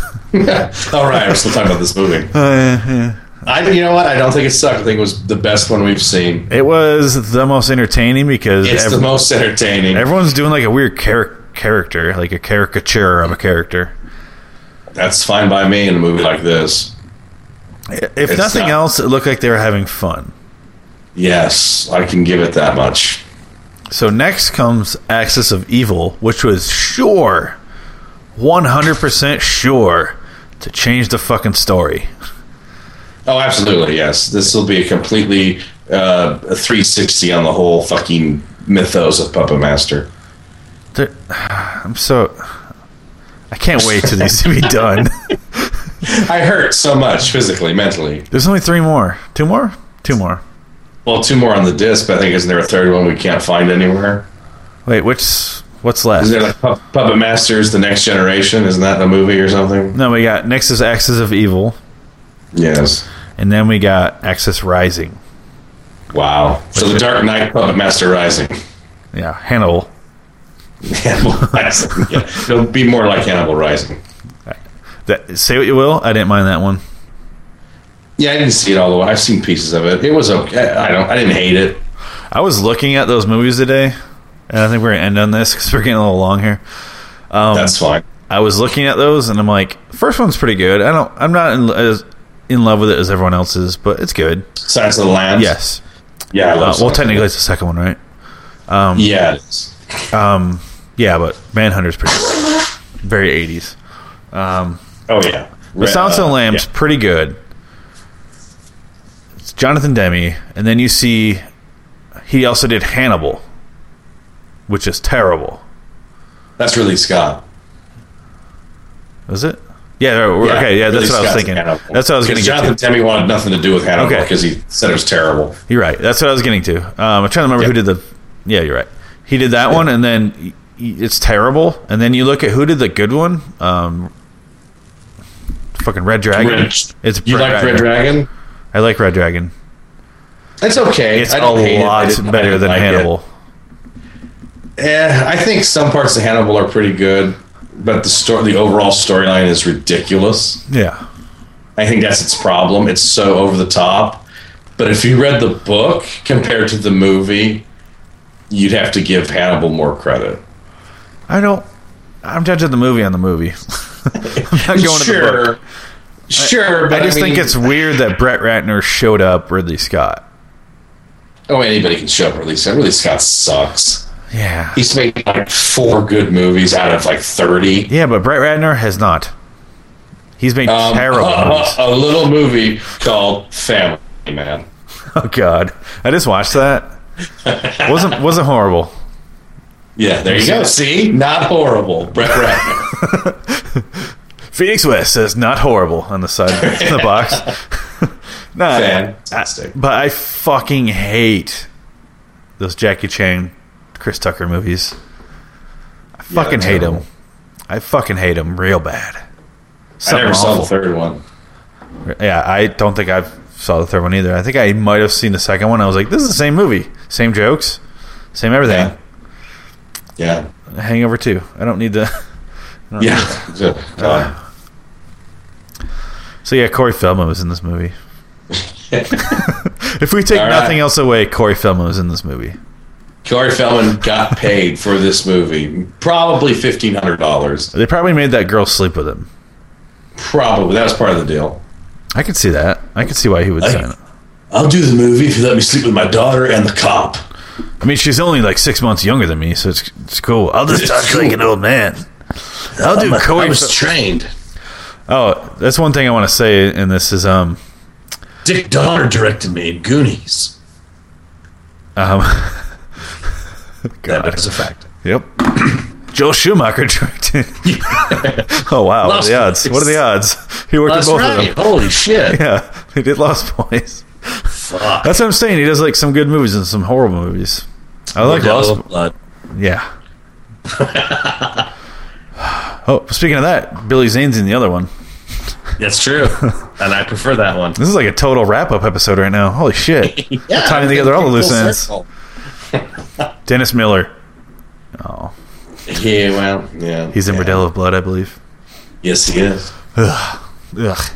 Speaker 4: All right, we're still talking about this movie. I, you know what? I don't think it sucked. I think it was the best one we've seen.
Speaker 2: It was the most entertaining because
Speaker 4: It's
Speaker 2: ev-
Speaker 4: the most entertaining.
Speaker 2: everyone's doing like a weird char- character, like a caricature of a character.
Speaker 4: That's fine by me in a movie like this.
Speaker 2: If
Speaker 4: It's
Speaker 2: nothing
Speaker 4: not-
Speaker 2: else, it looked like they were having fun.
Speaker 4: Yes, I can give it that much.
Speaker 2: So next comes Axis of Evil, which was sure, 100% sure to change the fucking story.
Speaker 4: Oh, absolutely, yes. This will be a completely uh, a 360 on the whole fucking mythos of Puppet Master.
Speaker 2: There- [sighs] I'm so. I can't wait to these to be done.
Speaker 4: I hurt so much physically, mentally.
Speaker 2: There's only three more. Two more? Two more.
Speaker 4: Well, two more on the disc, but I think isn't there a third one we can't find anywhere?
Speaker 2: Wait, which. What's left?
Speaker 4: Isn't there like Pu- Puppet Masters: The Next Generation? Isn't that a movie or something?
Speaker 2: no, we got next is Axis of Evil,
Speaker 4: Yes.
Speaker 2: and then we got Axis Rising.
Speaker 4: Wow. So the Dark Knight, Puppet Master Rising. [laughs]
Speaker 2: Yeah, Hannibal.
Speaker 4: Hannibal Rising. Yeah. It'll be more like Hannibal Rising.
Speaker 2: That, say what you will, I didn't mind that one.
Speaker 4: Yeah, I didn't see it all the way. I've seen pieces of it. It was okay. I don't. I didn't hate it.
Speaker 2: I was looking at those movies today, and I think we're gonna end on this because we're getting a little long here.
Speaker 4: That's fine.
Speaker 2: I was looking at those, and I'm like, first one's pretty good. I don't, I'm not in, as in love with it as everyone else is, but it's good.
Speaker 4: Silence of the Lambs.
Speaker 2: Yes.
Speaker 4: Yeah. I
Speaker 2: Uh,
Speaker 4: love
Speaker 2: well,
Speaker 4: Silence of the
Speaker 2: technically, it's the second one, right?
Speaker 4: Yeah, it is.
Speaker 2: Yeah, but Manhunter's pretty good. Very 80s.
Speaker 4: Oh yeah. uh,
Speaker 2: But Silence of the Lamb's pretty good. It's Jonathan Demi, and then you see he also did Hannibal, which is terrible.
Speaker 4: That's really Scott.
Speaker 2: Is it? Yeah, right, okay, yeah, that's what
Speaker 4: Ridley
Speaker 2: I was
Speaker 4: Scott's
Speaker 2: thinking.
Speaker 4: Hannibal.
Speaker 2: That's what I was going to
Speaker 4: Because
Speaker 2: get
Speaker 4: Jonathan
Speaker 2: to.
Speaker 4: Demme wanted nothing to do with Hannibal
Speaker 2: Okay.
Speaker 4: because he said it was terrible.
Speaker 2: You're right. That's what I was getting to. Um, I'm trying to remember who did the. Yeah, you're right. He did that one, and then y- y- it's terrible. And then you look at who did the good one. Um, fucking Red Dragon.
Speaker 4: Rich.
Speaker 2: It's
Speaker 4: you like Red Dragon?
Speaker 2: I like Red Dragon.
Speaker 4: It's okay.
Speaker 2: It's
Speaker 4: I
Speaker 2: a
Speaker 4: don't hate it. I
Speaker 2: lot
Speaker 4: didn't- I
Speaker 2: better
Speaker 4: didn't
Speaker 2: than
Speaker 4: like it.
Speaker 2: Hannibal.
Speaker 4: Eh, I think some parts of Hannibal are pretty good, but the story, the overall storyline is ridiculous.
Speaker 2: Yeah.
Speaker 4: I think that's its problem. It's so over the top. But if you read the book compared to the movie, you'd have to give Hannibal more credit.
Speaker 2: I don't. I'm judging the movie on the movie. [laughs] I'm not going to the book.
Speaker 4: sure, sure.
Speaker 2: I
Speaker 4: but
Speaker 2: just think
Speaker 4: mean-
Speaker 2: it's weird that Brett Ratner showed up Ridley Scott.
Speaker 4: oh anybody can show up Ridley Scott. Ridley Scott sucks.
Speaker 2: Yeah.
Speaker 4: He's made like four good movies out of like thirty.
Speaker 2: Yeah, but Brett Ratner has not. He's made
Speaker 4: Um, [laughs]
Speaker 2: terrible movies.
Speaker 4: a little movie called Family Man.
Speaker 2: Oh god, I just watched that. wasn't wasn't horrible.
Speaker 4: Yeah, there you go. See, not horrible.
Speaker 2: [laughs]
Speaker 4: Brett Ratner.
Speaker 2: Phoenix West says not horrible on the side of the box. [laughs] no, I-
Speaker 4: Fantastic.
Speaker 2: but I fucking hate those Jackie Chan, Chris Tucker movies. I fucking hate
Speaker 4: terrible.
Speaker 2: them. I fucking hate them real bad.
Speaker 4: I
Speaker 2: Something
Speaker 4: never saw the
Speaker 2: awful.
Speaker 4: third one.
Speaker 2: Yeah, I don't think I've saw the third one either. I think I might have seen the second one. I was like, this is the same movie, same jokes, same everything.
Speaker 4: Yeah.
Speaker 2: Hangover two. I don't need to.
Speaker 4: Yeah. [laughs] Uh,
Speaker 2: So yeah, Corey Feldman was in this movie.
Speaker 4: uh,
Speaker 2: if we take
Speaker 4: All right.
Speaker 2: nothing else away, Corey Feldman was in this movie.
Speaker 4: Corey Feldman got paid for this movie, probably fifteen hundred dollars.
Speaker 2: They probably made that girl sleep with him.
Speaker 4: Probably that was part of the deal.
Speaker 2: I could see that. I could see why he would sign it.
Speaker 4: I'll do the movie if you let me sleep with my daughter and the cop.
Speaker 2: I mean, she's only like six months younger than me, so it's it's cool. I'll just
Speaker 4: It's
Speaker 2: talk like an
Speaker 4: cool.
Speaker 2: old man. I'll do
Speaker 4: I
Speaker 2: Corey.
Speaker 4: was
Speaker 2: Fel-
Speaker 4: trained.
Speaker 2: oh, that's one thing I want to say in this is um
Speaker 4: Dick Donner directed me in Goonies.
Speaker 2: um [laughs]
Speaker 4: That is a fact.
Speaker 2: yep. Joel Schumacher [laughs]
Speaker 4: [laughs]
Speaker 2: directed. oh wow! What are the odds? What are the odds? He worked
Speaker 4: That's
Speaker 2: with both of
Speaker 4: right.
Speaker 2: them. [laughs]
Speaker 4: Holy shit.
Speaker 2: Yeah, he did Lost Boys.
Speaker 4: Fuck.
Speaker 2: That's what I'm saying. He does like some good movies and some horrible movies. I like Lost.
Speaker 4: blood. [laughs]
Speaker 2: Yeah. oh, speaking of that, Billy Zane's in the other one.
Speaker 3: That's
Speaker 2: [laughs]
Speaker 3: true, and I prefer that one.
Speaker 2: This is like a total wrap up episode right now. Holy shit.
Speaker 4: [laughs]
Speaker 2: We're tying together all the loose ends. Dennis Miller. Oh,
Speaker 4: Yeah, well, yeah.
Speaker 2: he's in
Speaker 4: yeah.
Speaker 2: Bordello of Blood, I believe.
Speaker 4: Yes, he is. [laughs]
Speaker 2: Ugh.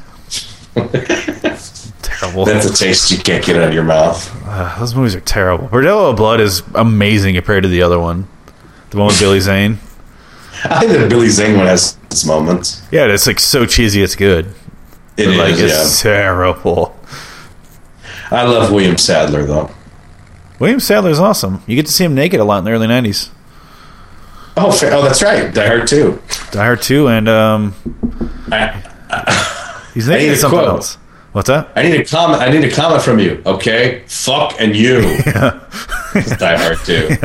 Speaker 2: terrible.
Speaker 4: That's a taste you can't get out of your mouth.
Speaker 2: Ugh, those movies are terrible. Bordello of Blood is amazing compared to the other one. The one with Billy Zane.
Speaker 4: I think that Billy Zane one has its moments.
Speaker 2: Yeah, it's like so cheesy it's good.
Speaker 4: It
Speaker 2: But, like
Speaker 4: is,
Speaker 2: it's terrible.
Speaker 4: yeah. I love William Sadler, though.
Speaker 2: William Sadler's awesome. You get to see him naked a lot in the early nineties.
Speaker 4: Oh, fa- oh, that's right. Die Hard 2.
Speaker 2: Die Hard Two and
Speaker 4: [laughs]
Speaker 2: um
Speaker 4: I,
Speaker 2: he's naked
Speaker 4: need
Speaker 2: in
Speaker 4: a
Speaker 2: something
Speaker 4: quote.
Speaker 2: else. What's that?
Speaker 4: I need a comment. I need a comment from you, okay? Fuck
Speaker 2: [laughs]
Speaker 4: and you. It's Die Hard 2.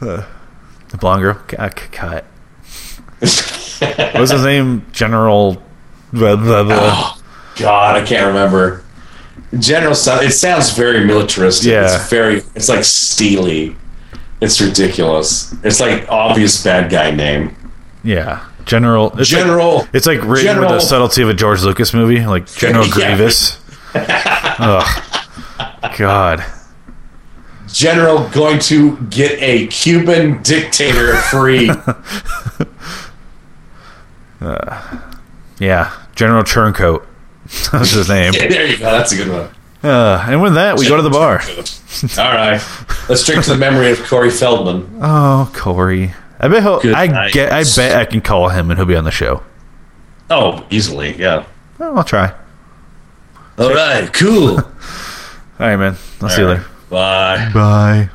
Speaker 2: The blonde girl? C- uh, c- cut.
Speaker 4: [laughs]
Speaker 2: What's his name? General blah, blah,
Speaker 4: [sighs]
Speaker 2: blah.
Speaker 4: Oh, God, I can't remember. General, so- it sounds very militaristic.
Speaker 2: Yeah.
Speaker 4: It's very, it's like steely. It's ridiculous. It's like obvious bad guy name.
Speaker 2: Yeah. General it's
Speaker 4: General.
Speaker 2: like, it's like written with the
Speaker 4: General-
Speaker 2: subtlety of a George Lucas movie,
Speaker 4: [laughs]
Speaker 2: like General
Speaker 4: Yeah.
Speaker 2: Grievous. Ugh. God.
Speaker 4: General going to get a Cuban dictator
Speaker 2: [laughs]
Speaker 4: free. [laughs]
Speaker 2: Yeah. General Churncoat. [laughs] That's his name.
Speaker 4: there you go. That's a good one.
Speaker 2: Uh, and with that, we go to the bar.
Speaker 4: All right. Let's drink to the memory of Corey Feldman.
Speaker 2: Oh, Corey. I bet he'll. I
Speaker 3: night.
Speaker 2: get. I bet I can call him and he'll be on the show.
Speaker 3: Oh, easily, yeah.
Speaker 2: Well, I'll try. All
Speaker 3: All right, cool.
Speaker 2: right, man. I'll see you later.
Speaker 3: Bye.
Speaker 2: Bye.